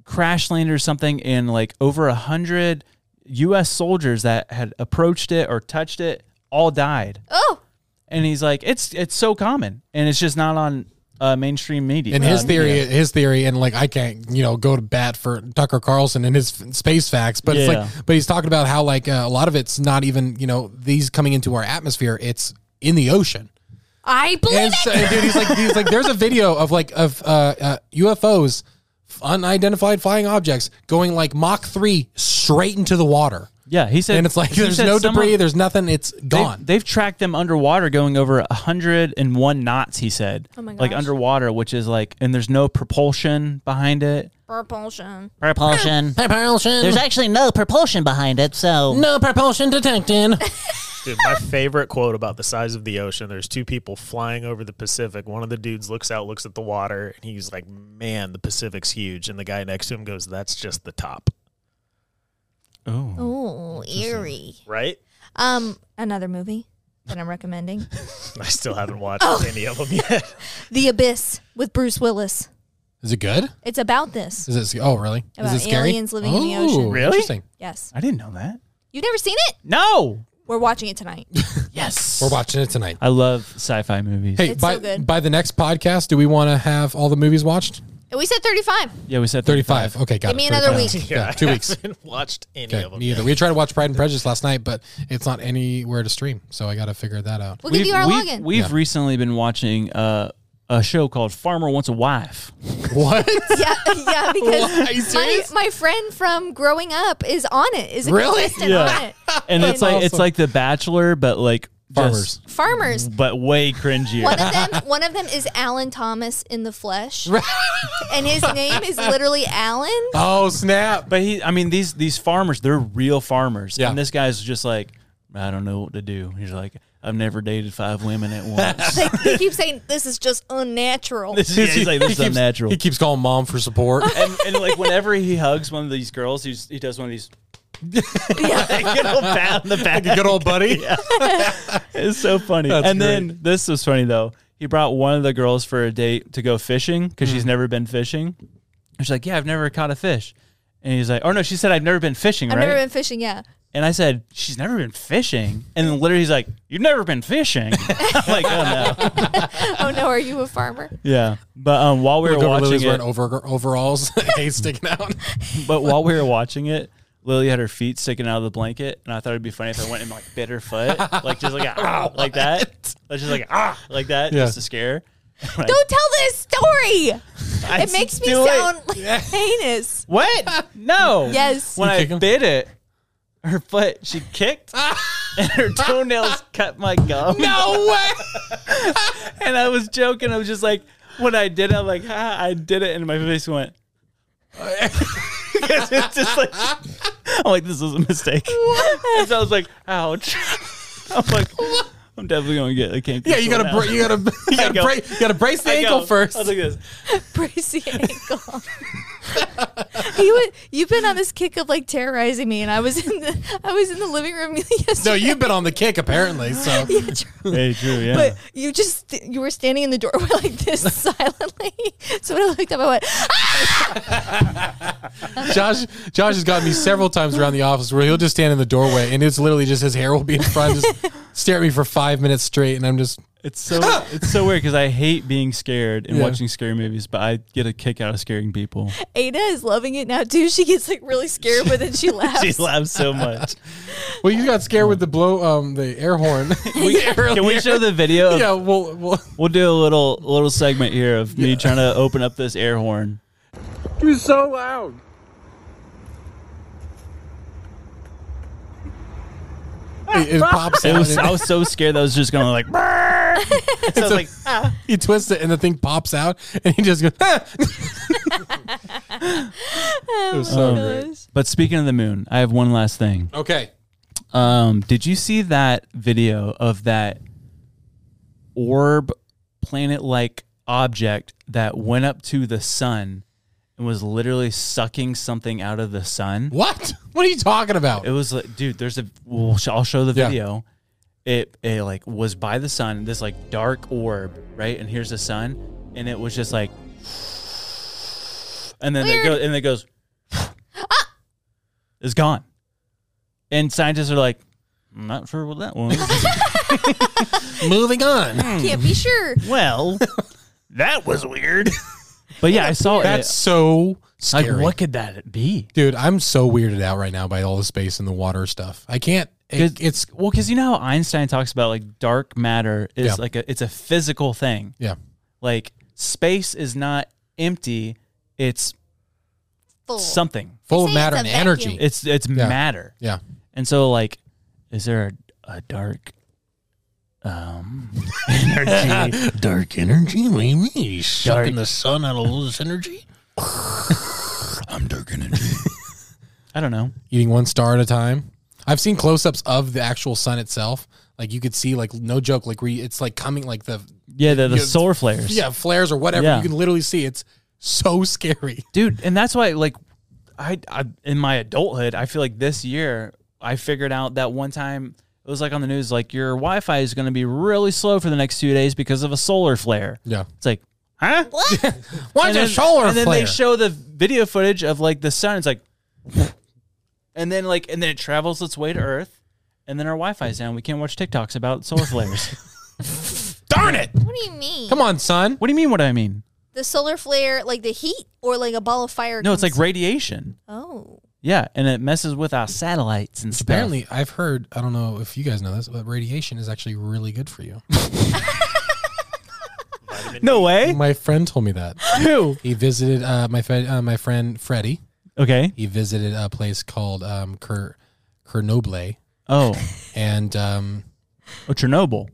Speaker 6: crash landed or something, and like over a hundred U.S. soldiers that had approached it or touched it all died,
Speaker 4: Oh,
Speaker 6: and he's like, it's it's so common, and it's just not on uh, mainstream media.
Speaker 2: and his
Speaker 6: uh,
Speaker 2: theory,
Speaker 6: media.
Speaker 2: his theory, and like I can't, you know, go to bat for Tucker Carlson and his f- space facts, but it's
Speaker 6: Yeah.
Speaker 2: like, but he's talking about how like uh, a lot of it's not even, you know, these coming into our atmosphere, it's in the ocean.
Speaker 4: I believe
Speaker 2: And, so, and dude, he's like, he's like, there's a video of like of uh, uh, UFOs, unidentified flying objects, going like Mach three straight into the water,
Speaker 6: yeah, he said,
Speaker 2: and it's like
Speaker 6: he
Speaker 2: there's
Speaker 6: said
Speaker 2: no
Speaker 6: someone-
Speaker 2: debris, there's nothing, it's
Speaker 6: They've-
Speaker 2: gone.
Speaker 6: They've, tracked them underwater going over 101 knots, he said.
Speaker 4: Oh my
Speaker 6: Like
Speaker 4: gosh.
Speaker 6: underwater, which is like, and there's no propulsion behind it.
Speaker 4: propulsion.
Speaker 5: Propulsion.
Speaker 2: Propulsion.
Speaker 5: There's actually no propulsion behind it, so.
Speaker 2: no propulsion detected.
Speaker 9: Dude, my favorite quote about the size of the ocean. There's two people flying over the Pacific. One of the dudes looks out, looks at the water, and he's like, "Man, the Pacific's huge." And the guy next to him goes, "That's just the top."
Speaker 6: Oh.
Speaker 4: Oh, eerie.
Speaker 9: Right?
Speaker 4: Um, another movie that I'm recommending,
Speaker 9: I still haven't watched any of them yet.
Speaker 4: The Abyss with Bruce Willis.
Speaker 2: Is it good?
Speaker 4: It's about this.
Speaker 2: Is it? Oh, really?
Speaker 4: About
Speaker 2: Is it scary?
Speaker 4: aliens living in the ocean.
Speaker 2: Oh,
Speaker 6: Really?
Speaker 2: Interesting.
Speaker 4: Yes,
Speaker 6: I didn't know that.
Speaker 4: you've never seen it.
Speaker 6: No.
Speaker 4: We're watching it tonight.
Speaker 6: Yes.
Speaker 2: We're watching it tonight.
Speaker 6: I love sci fi movies.
Speaker 2: Hey,
Speaker 4: It's
Speaker 2: by,
Speaker 4: so good.
Speaker 2: by the next podcast, do we want to have all the movies watched?
Speaker 4: And we said 35.
Speaker 6: Yeah, we said 35.
Speaker 2: 35. Okay, got it.
Speaker 4: Give me another
Speaker 2: 35.
Speaker 4: week.
Speaker 2: Yeah, two
Speaker 9: I
Speaker 2: weeks.
Speaker 9: haven't watched any
Speaker 2: Okay,
Speaker 9: of them.
Speaker 2: me either. We tried to watch Pride and Prejudice last night, but it's not anywhere to stream, so I got to figure that out.
Speaker 4: We'll give you our
Speaker 6: we've,
Speaker 4: login.
Speaker 2: Yeah.
Speaker 6: we've recently been watching uh, a show called Farmer Wants a Wife.
Speaker 2: What?
Speaker 4: yeah, yeah,
Speaker 2: What? Are you
Speaker 4: because my,
Speaker 2: serious?
Speaker 4: my friend from growing up is on it. Is a
Speaker 2: Really?
Speaker 4: contestant on
Speaker 6: Yeah.
Speaker 4: it.
Speaker 6: And it's like it's
Speaker 2: awesome.
Speaker 6: like The Bachelor, but like
Speaker 2: Farmers.
Speaker 6: just-
Speaker 4: Farmers.
Speaker 6: but way cringier.
Speaker 4: One of them, one of them is Alan Thomas in the flesh, and his name is literally Alan.
Speaker 2: Oh snap!
Speaker 6: But he, I mean, these these farmers, they're real farmers.
Speaker 2: Yeah.
Speaker 6: And this guy's just like, I don't know what to do. He's like, I've never dated five women at once.
Speaker 4: They, they keep saying this is just unnatural.
Speaker 6: This is, he's like, this is
Speaker 2: keeps,
Speaker 6: unnatural.
Speaker 2: He keeps calling mom for support.
Speaker 6: and, and like whenever he hugs one of these girls, he's, he does one of these. Good old pat on the back.
Speaker 2: Good old buddy.
Speaker 6: It's so funny. and then this was funny though. He brought one of the girls for a date to go fishing because
Speaker 2: Hmm.
Speaker 6: she's never been fishing. And she's like, Yeah, I've never caught a fish. And he's like, Oh no, she said I've never been fishing,
Speaker 4: I've
Speaker 6: right?
Speaker 4: never been fishing. Yeah,
Speaker 6: And I said, She's never been fishing. And then literally he's like, You've never been fishing. I'm like, oh no.
Speaker 4: oh no, are you a farmer?
Speaker 6: Yeah. But um while we were
Speaker 2: Like over
Speaker 6: watching
Speaker 2: Lily's wearing
Speaker 6: it,
Speaker 2: over, overalls, he's sticking out.
Speaker 6: but while we were watching it, Lily had her feet sticking out of the blanket, and I thought it'd be funny if I went and like bit her foot, like just like ah, like that, like just like ah, like that,
Speaker 2: Yeah.
Speaker 6: just to scare. her.
Speaker 4: Don't tell this story.
Speaker 6: I
Speaker 4: It makes me
Speaker 6: do it.
Speaker 4: sound like heinous.
Speaker 6: what? No.
Speaker 4: Yes.
Speaker 6: When
Speaker 2: You
Speaker 6: I
Speaker 2: kick 'em?
Speaker 6: bit it, her foot she kicked, and her toenails cut my gum.
Speaker 2: No way!
Speaker 6: And I was joking. I was just like, when I did, it, I'm like, ah, I did it, and my face went. 'Cause it's just like, I'm like, this was a mistake. And so I was like, ouch. I'm like, I'm definitely gonna get a cancer.
Speaker 2: Yeah, you gotta, bra- you gotta, you gotta,
Speaker 6: go.
Speaker 2: bra- you gotta brace the ankle first.
Speaker 6: I was like this.
Speaker 4: Brace the ankle. he would, you've been on this kick of like terrorizing me, and I was in the I was in the living room yesterday.
Speaker 2: no, you've been on the kick apparently. So
Speaker 4: Yeah, true.
Speaker 6: Hey, true. Yeah.
Speaker 4: But you just you were standing in the doorway like this silently. So when I looked up, I went, ah!
Speaker 2: Josh, Josh has gotten me several times around the office where he'll just stand in the doorway and it's literally just his hair will be in front, just stare at me for five minutes straight, and I'm just
Speaker 6: it's so it's so weird because I hate being scared and
Speaker 2: Yeah.
Speaker 6: watching scary movies, but I get a kick out of scaring people.
Speaker 4: Ada is loving it now too. She gets like really scared, but then she laughs.
Speaker 6: She laughs so much.
Speaker 2: Well, you got scared with the blow, um, the air horn.
Speaker 6: We- Can we show the video? Of,
Speaker 2: yeah, well, well,
Speaker 6: We'll do a little little segment here of me trying to open up this air horn.
Speaker 2: it, it pops
Speaker 6: It
Speaker 2: out.
Speaker 6: was,
Speaker 2: and
Speaker 6: I was so scared that I was just going to like. "Brrr." so I was like,
Speaker 2: he twists it, and the thing pops out, and he just goes. "Ah!"
Speaker 4: Oh
Speaker 2: was
Speaker 4: my
Speaker 2: so
Speaker 4: gosh.
Speaker 6: but speaking of the moon, I have one last thing.
Speaker 2: Okay,
Speaker 6: Um, did you see that video of that orb planet like object that went up to the sun and was literally sucking something out of the sun?
Speaker 2: What? What are you talking about?
Speaker 6: It was like, dude, there's a. Well, sh- I'll show the
Speaker 2: Yeah.
Speaker 6: video. It it like was by the sun, this like dark orb, right? And here's the sun, and it was just like, and then it goes, and it goes,
Speaker 9: Ah!
Speaker 6: it's gone. And scientists are like, I'm not sure what that was.
Speaker 2: Moving on.
Speaker 4: Can't be sure.
Speaker 6: well,
Speaker 9: That was weird.
Speaker 6: but yeah, I saw
Speaker 2: That's
Speaker 6: it.
Speaker 2: so
Speaker 6: Like,
Speaker 2: scary.
Speaker 6: what could that be?
Speaker 2: Dude, I'm so weirded out right now by all the space and the water stuff. I can't.
Speaker 6: Cause,
Speaker 2: It, it's
Speaker 6: well, because you know how Einstein talks about like dark matter is
Speaker 2: Yeah.
Speaker 6: like a it's a physical thing.
Speaker 2: yeah.
Speaker 6: Like space is not empty; it's
Speaker 4: Full.
Speaker 6: something.
Speaker 2: full
Speaker 4: Say
Speaker 2: of
Speaker 4: it's
Speaker 2: matter
Speaker 4: a
Speaker 2: and
Speaker 4: vacuum.
Speaker 2: energy.
Speaker 6: It's it's
Speaker 2: Yeah.
Speaker 6: matter.
Speaker 2: yeah.
Speaker 6: And so, like, is there a, a dark um energy?
Speaker 2: Dark energy? What do you mean?
Speaker 6: Sucking
Speaker 2: the sun out of all this energy? I'm dark energy.
Speaker 6: I don't know.
Speaker 2: Eating one star at a time. I've seen close-ups of the actual sun itself. Like you could see, like no joke, like where you- it's like coming, like the
Speaker 6: Yeah, the, the
Speaker 2: Yeah.
Speaker 6: solar flares.
Speaker 2: yeah flares or whatever.
Speaker 6: Yeah.
Speaker 2: You can literally see. It's so scary.
Speaker 6: dude and that's why like I, I in my adulthood i feel like this year i figured out that one time it was like on the news like your wi-fi is going to be really slow for the next two days because of a solar flare
Speaker 2: Yeah.
Speaker 6: it's like huh
Speaker 2: Why is
Speaker 6: and then,
Speaker 2: a solar
Speaker 6: and then
Speaker 2: flare?
Speaker 6: they show the video footage of like the sun it's like and then like and then it travels its way to earth and then our wi-fi's down we can't watch tiktoks about solar flares
Speaker 2: Darn it!
Speaker 4: What do you mean?
Speaker 2: Come on, son.
Speaker 6: what do you mean what i mean
Speaker 4: The solar flare, like the heat, or like a ball of fire.
Speaker 6: no it's like
Speaker 4: comes-
Speaker 6: radiation
Speaker 4: oh,
Speaker 6: yeah and it messes with our satellites and stuff.
Speaker 2: Apparently, I've heard. I don't know if you guys know this, but radiation is actually really good for you.
Speaker 6: no way
Speaker 2: my friend told me that.
Speaker 6: who
Speaker 2: He visited uh, my fe- uh, my friend Freddie.
Speaker 6: okay
Speaker 2: He visited a place called um, Ker- Kernoble,
Speaker 6: Oh,
Speaker 2: and um,
Speaker 6: oh, Chernobyl.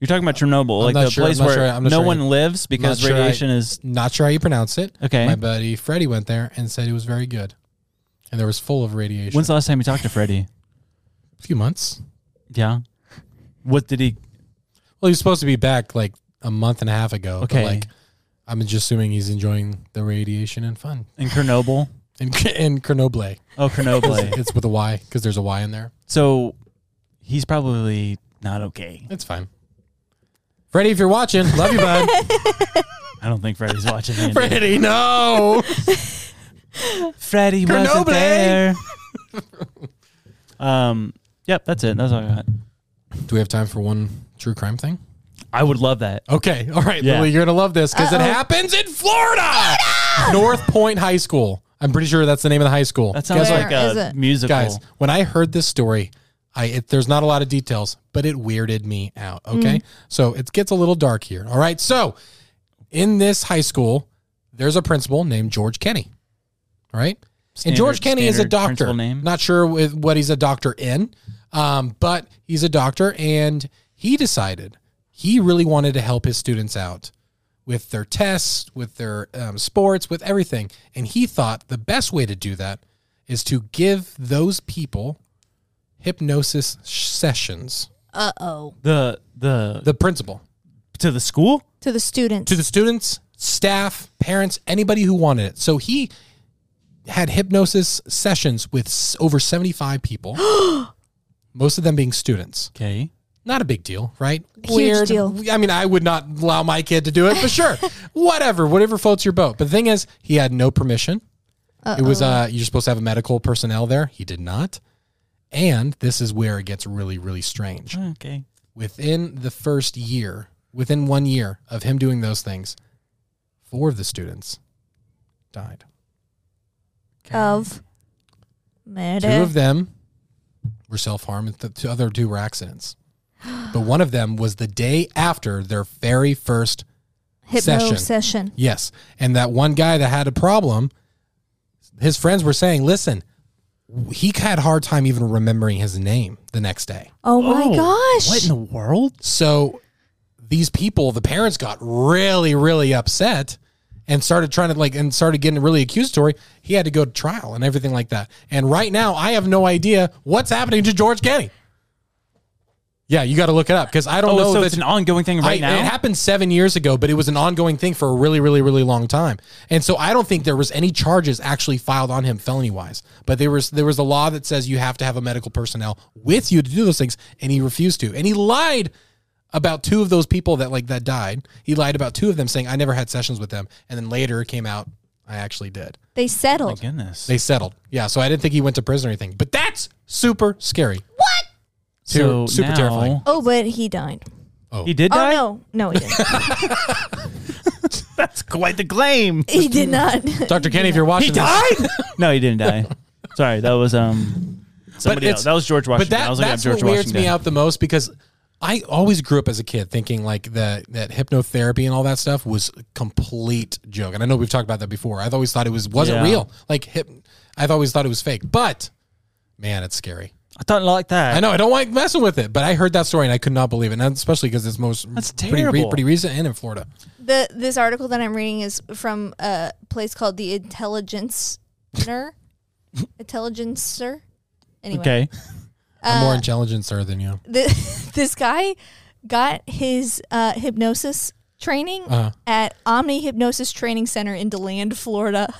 Speaker 6: You're talking about Chernobyl,
Speaker 2: I'm
Speaker 6: like
Speaker 2: not
Speaker 6: the
Speaker 2: sure-
Speaker 6: place
Speaker 2: I'm not
Speaker 6: where
Speaker 2: sure- I'm not
Speaker 6: no
Speaker 2: sure.
Speaker 6: one lives because
Speaker 2: Not sure I-
Speaker 6: radiation is.
Speaker 2: not sure how you pronounce it.
Speaker 6: Okay.
Speaker 2: My buddy Freddie went there and said it was very good, and there was full of radiation.
Speaker 6: When's the last time you talked to Freddie?
Speaker 2: a few months.
Speaker 6: Yeah. What did he?
Speaker 2: Well, he was supposed to be back like a month and a half ago.
Speaker 6: Okay.
Speaker 2: But, like, I'm just assuming he's enjoying the radiation and fun.
Speaker 6: In Chernobyl?
Speaker 2: And and Kernoble,
Speaker 6: Oh, Chernobyl.
Speaker 2: it's with a Y because there's a Y in there.
Speaker 6: so he's probably not okay.
Speaker 2: It's fine. Freddie, if you're watching, love you, bud.
Speaker 6: I don't think Freddie's watching. Andy.
Speaker 2: Freddie, no.
Speaker 6: Freddie
Speaker 2: Chernobyl.
Speaker 6: wasn't there. um. Yep. That's it. That's all I got.
Speaker 2: Do we have time for one true crime thing?
Speaker 6: I would love that.
Speaker 2: Okay. All right,
Speaker 6: Yeah.
Speaker 2: Lily, you're going to love this because it happens in Florida. North Point High School. I'm pretty sure that's the name of the high school.
Speaker 6: That sounds
Speaker 2: guys,
Speaker 4: Where
Speaker 6: like
Speaker 4: is
Speaker 6: a
Speaker 4: it?
Speaker 6: musical.
Speaker 2: guys, when I heard this story, I it, there's not a lot of details, but it weirded me out. Okay. So it gets a little dark here. All right. So in this high school, there's a principal named George Kenny. All right. and
Speaker 6: Standard-
Speaker 2: George Kenny is a
Speaker 6: standard
Speaker 2: doctor.
Speaker 6: principal name.
Speaker 2: Not sure with what he's a doctor in, um, but he's a doctor, and he decided he really wanted to help his students out with their tests, with their um, sports, with everything. And he thought the best way to do that is to give those people hypnosis sessions.
Speaker 4: uh oh,
Speaker 6: The the
Speaker 2: The principal
Speaker 6: to the school.
Speaker 4: to the students.
Speaker 2: to the students, staff, parents, anybody who wanted it. So he had hypnosis sessions with s- over 75 people, most of them being students.
Speaker 6: Okay.
Speaker 2: Not a big deal, right?
Speaker 4: Huge deal.
Speaker 2: I mean, I would not allow my kid to do it, but sure, whatever, whatever floats your boat. But the thing is, he had no permission. It was uh, you're supposed to have a medical personnel there. He did not, and this is where it gets really, really strange
Speaker 6: Okay.
Speaker 2: within the first year, within one year of him doing those things, four of the students died.
Speaker 4: of
Speaker 2: Two
Speaker 4: murder.
Speaker 2: of them were self harm, and the two other two were accidents. But one of them was the day after their very first
Speaker 4: hypno
Speaker 2: session.
Speaker 4: session.
Speaker 2: yes. And that one guy that had a problem, his friends were saying, listen, he had a hard time even remembering his name the next day.
Speaker 4: Oh my gosh!
Speaker 6: What in the world?
Speaker 2: So these people, the parents got really, really upset. and started trying to like and started getting really accusatory, he had to go to trial and everything like that. And right now, I have no idea what's happening to George Kenny. Yeah, you got to look it up because I don't
Speaker 6: Oh,
Speaker 2: know.
Speaker 6: so
Speaker 2: that-
Speaker 6: it's an ongoing thing right
Speaker 2: I-
Speaker 6: now?
Speaker 2: It happened seven years ago, but it was an ongoing thing for a really, really, really long time. And so I don't think there was any charges actually filed on him felony wise. But there was there was a law that says you have to have a medical personnel with you to do those things, and he refused to, and he lied about two of those people that like that died. He lied about two of them, saying I never had sessions with them, and then later it came out I actually did.
Speaker 4: They settled.
Speaker 6: Goodness.
Speaker 2: They settled. Yeah, so I didn't think he went to prison or anything. But that's super scary.
Speaker 4: What?
Speaker 6: so
Speaker 2: super
Speaker 6: now-
Speaker 2: terrifying.
Speaker 4: Oh, but he died.
Speaker 6: He did
Speaker 4: Oh
Speaker 6: die?
Speaker 4: no, no, he didn't.
Speaker 6: That's quite the claim.
Speaker 4: he did not.
Speaker 2: Dr. Kenny, if you're watching, this-
Speaker 6: no, he didn't die. Sorry, that was um somebody
Speaker 2: it's-
Speaker 6: else. That was George Washington.
Speaker 2: But that,
Speaker 6: I was looking at
Speaker 2: that's
Speaker 6: George
Speaker 2: what weirds
Speaker 6: Washington.
Speaker 2: me out the most because I always grew up as a kid thinking like that that hypnotherapy and all that stuff was a complete joke. And I know we've talked about that before. I've always thought it was wasn't
Speaker 6: Yeah.
Speaker 2: real. Like hip, I've always thought it was fake. But man, it's scary.
Speaker 6: I don't like that.
Speaker 2: I know I don't like messing with it, but I heard that story and I could not believe it. And especially because it's most
Speaker 6: That's
Speaker 2: pretty re-
Speaker 6: terrible.
Speaker 2: pretty recent and in Florida.
Speaker 4: the this article that I'm reading is from a place called the Intelligencer. Intelligencer. Anyway,
Speaker 6: Okay.
Speaker 2: I'm more intelligent sir than you.
Speaker 4: the, this guy got his uh, hypnosis training
Speaker 2: Uh-huh.
Speaker 4: at Omni Hypnosis Training Center in DeLand, Florida.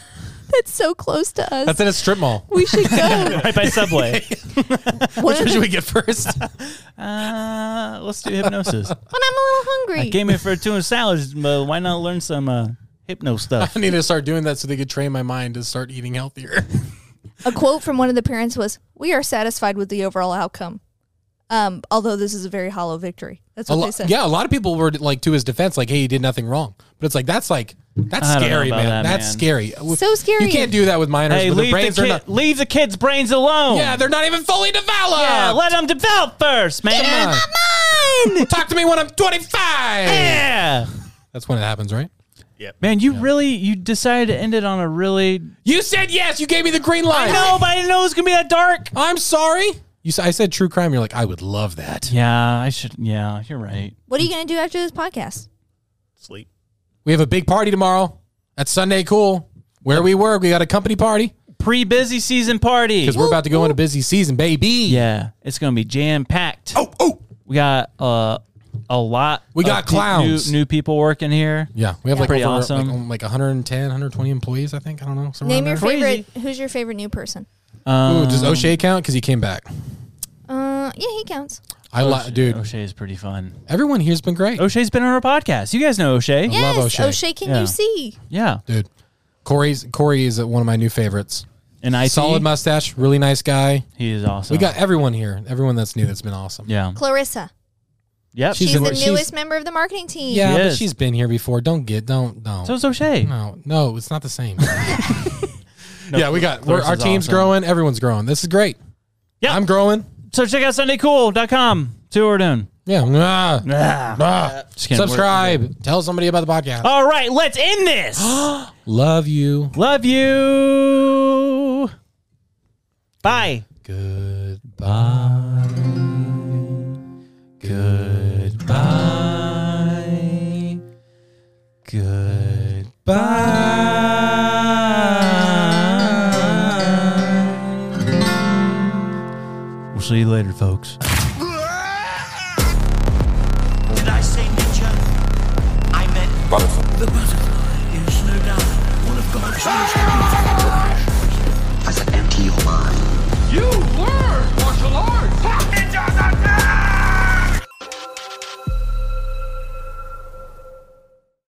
Speaker 4: That's so close to us.
Speaker 2: That's in a strip mall.
Speaker 4: we should go.
Speaker 6: Right by Subway.
Speaker 4: One of
Speaker 2: Which
Speaker 4: the-
Speaker 2: should we get first?
Speaker 6: uh, let's do hypnosis.
Speaker 4: when I'm a little hungry.
Speaker 6: I came here for a tuna salad, but why not learn some uh, hypno stuff?
Speaker 2: I need to start doing that so they could train my mind to start eating healthier.
Speaker 4: a quote from one of the parents was, "We are satisfied with the overall outcome." Um, although this is a very hollow victory. That's
Speaker 2: A
Speaker 4: what
Speaker 2: lo-
Speaker 4: they said.
Speaker 2: yeah, a lot of people were like to his defense, like, "Hey, he did nothing wrong," but it's like that's like that's
Speaker 6: I don't know
Speaker 2: scary,
Speaker 6: about
Speaker 2: man.
Speaker 6: that,
Speaker 2: that's
Speaker 6: man.
Speaker 2: scary.
Speaker 4: So scary.
Speaker 2: You can't do that with minors.
Speaker 6: Hey,
Speaker 2: but their
Speaker 6: leave the,
Speaker 2: brains are
Speaker 6: kid,
Speaker 2: not.
Speaker 6: leave the kids' brains alone.
Speaker 2: Yeah, they're not even fully developed.
Speaker 6: Yeah, let them develop first, man.
Speaker 2: Come on. Talk to me when I'm 25.
Speaker 6: Yeah.
Speaker 2: That's when it happens, right?
Speaker 6: Man, you really you decided to end it on a really
Speaker 2: You said yes. You gave me the green light.
Speaker 6: No, but I didn't know it was gonna be that dark.
Speaker 2: I'm sorry. You, sa- I said true crime. You're like, I would love that.
Speaker 6: Yeah, I should yeah, you're right.
Speaker 4: What are you gonna do after this podcast?
Speaker 9: Sleep.
Speaker 2: We have a big party tomorrow at Sunday Cool, where we work. We got a company party
Speaker 6: Pre busy season party.
Speaker 2: because we're about to go into busy season, baby.
Speaker 6: Yeah, it's gonna be jam packed.
Speaker 2: Oh, oh.
Speaker 6: We got uh, a lot.
Speaker 2: We
Speaker 6: of
Speaker 2: got
Speaker 6: pe-
Speaker 2: clowns.
Speaker 6: New, new people working here.
Speaker 2: Yeah, we have like
Speaker 6: Pretty
Speaker 2: over
Speaker 6: awesome.
Speaker 2: like, um, like 110, 120 employees. I think I don't know. somewhere
Speaker 4: Name
Speaker 2: around
Speaker 4: your
Speaker 6: Crazy.
Speaker 4: favorite. Who's your favorite new person?
Speaker 2: there.
Speaker 6: Um,
Speaker 2: Ooh, does O'Shea count? Because he came back.
Speaker 4: Uh, yeah, he counts.
Speaker 2: I li- dude.
Speaker 6: O'Shea is pretty fun.
Speaker 2: Everyone here's been great,
Speaker 6: O'Shea's been on our podcast. You guys know O'Shea. Yeah.
Speaker 4: yes,
Speaker 2: love O'Shea.
Speaker 4: can
Speaker 6: Yeah.
Speaker 4: you see?
Speaker 2: dude. Corey's Corey is uh, one of my new favorites.
Speaker 6: And I
Speaker 2: Solid mustache, really nice guy.
Speaker 6: He is awesome.
Speaker 2: We got everyone here. Everyone that's new that's been awesome.
Speaker 6: yeah.
Speaker 4: Clarissa.
Speaker 6: Yep.
Speaker 2: She's
Speaker 4: She's,
Speaker 2: in-
Speaker 4: the
Speaker 2: she's-
Speaker 4: newest member of the marketing team.
Speaker 2: yeah,
Speaker 6: She
Speaker 2: but
Speaker 6: is.
Speaker 2: she's been here before. Don't get don't don't.
Speaker 6: so is O'Shea.
Speaker 2: no, no, it's not the same.
Speaker 6: No,
Speaker 2: yeah, we got we're,
Speaker 6: Clarissa's
Speaker 2: our team's
Speaker 6: awesome.
Speaker 2: growing. Everyone's growing. This is great.
Speaker 6: Yeah.
Speaker 2: I'm growing.
Speaker 6: So check out SundayCool.com. See what we're doing.
Speaker 2: Yeah. Ah.
Speaker 6: Ah.
Speaker 2: Ah.
Speaker 6: Just kidding. We're-
Speaker 2: Subscribe. Tell somebody about the podcast.
Speaker 6: All right, let's end this.
Speaker 2: Love you.
Speaker 6: Love you. Bye.
Speaker 2: Goodbye. Goodbye. Goodbye.
Speaker 6: We'll see you later, folks.
Speaker 11: Did I say ninja? I meant butterfly. The butterfly is no doubt one of God's most beautiful creations.
Speaker 5: I said empty your mind.
Speaker 11: You were martial arts.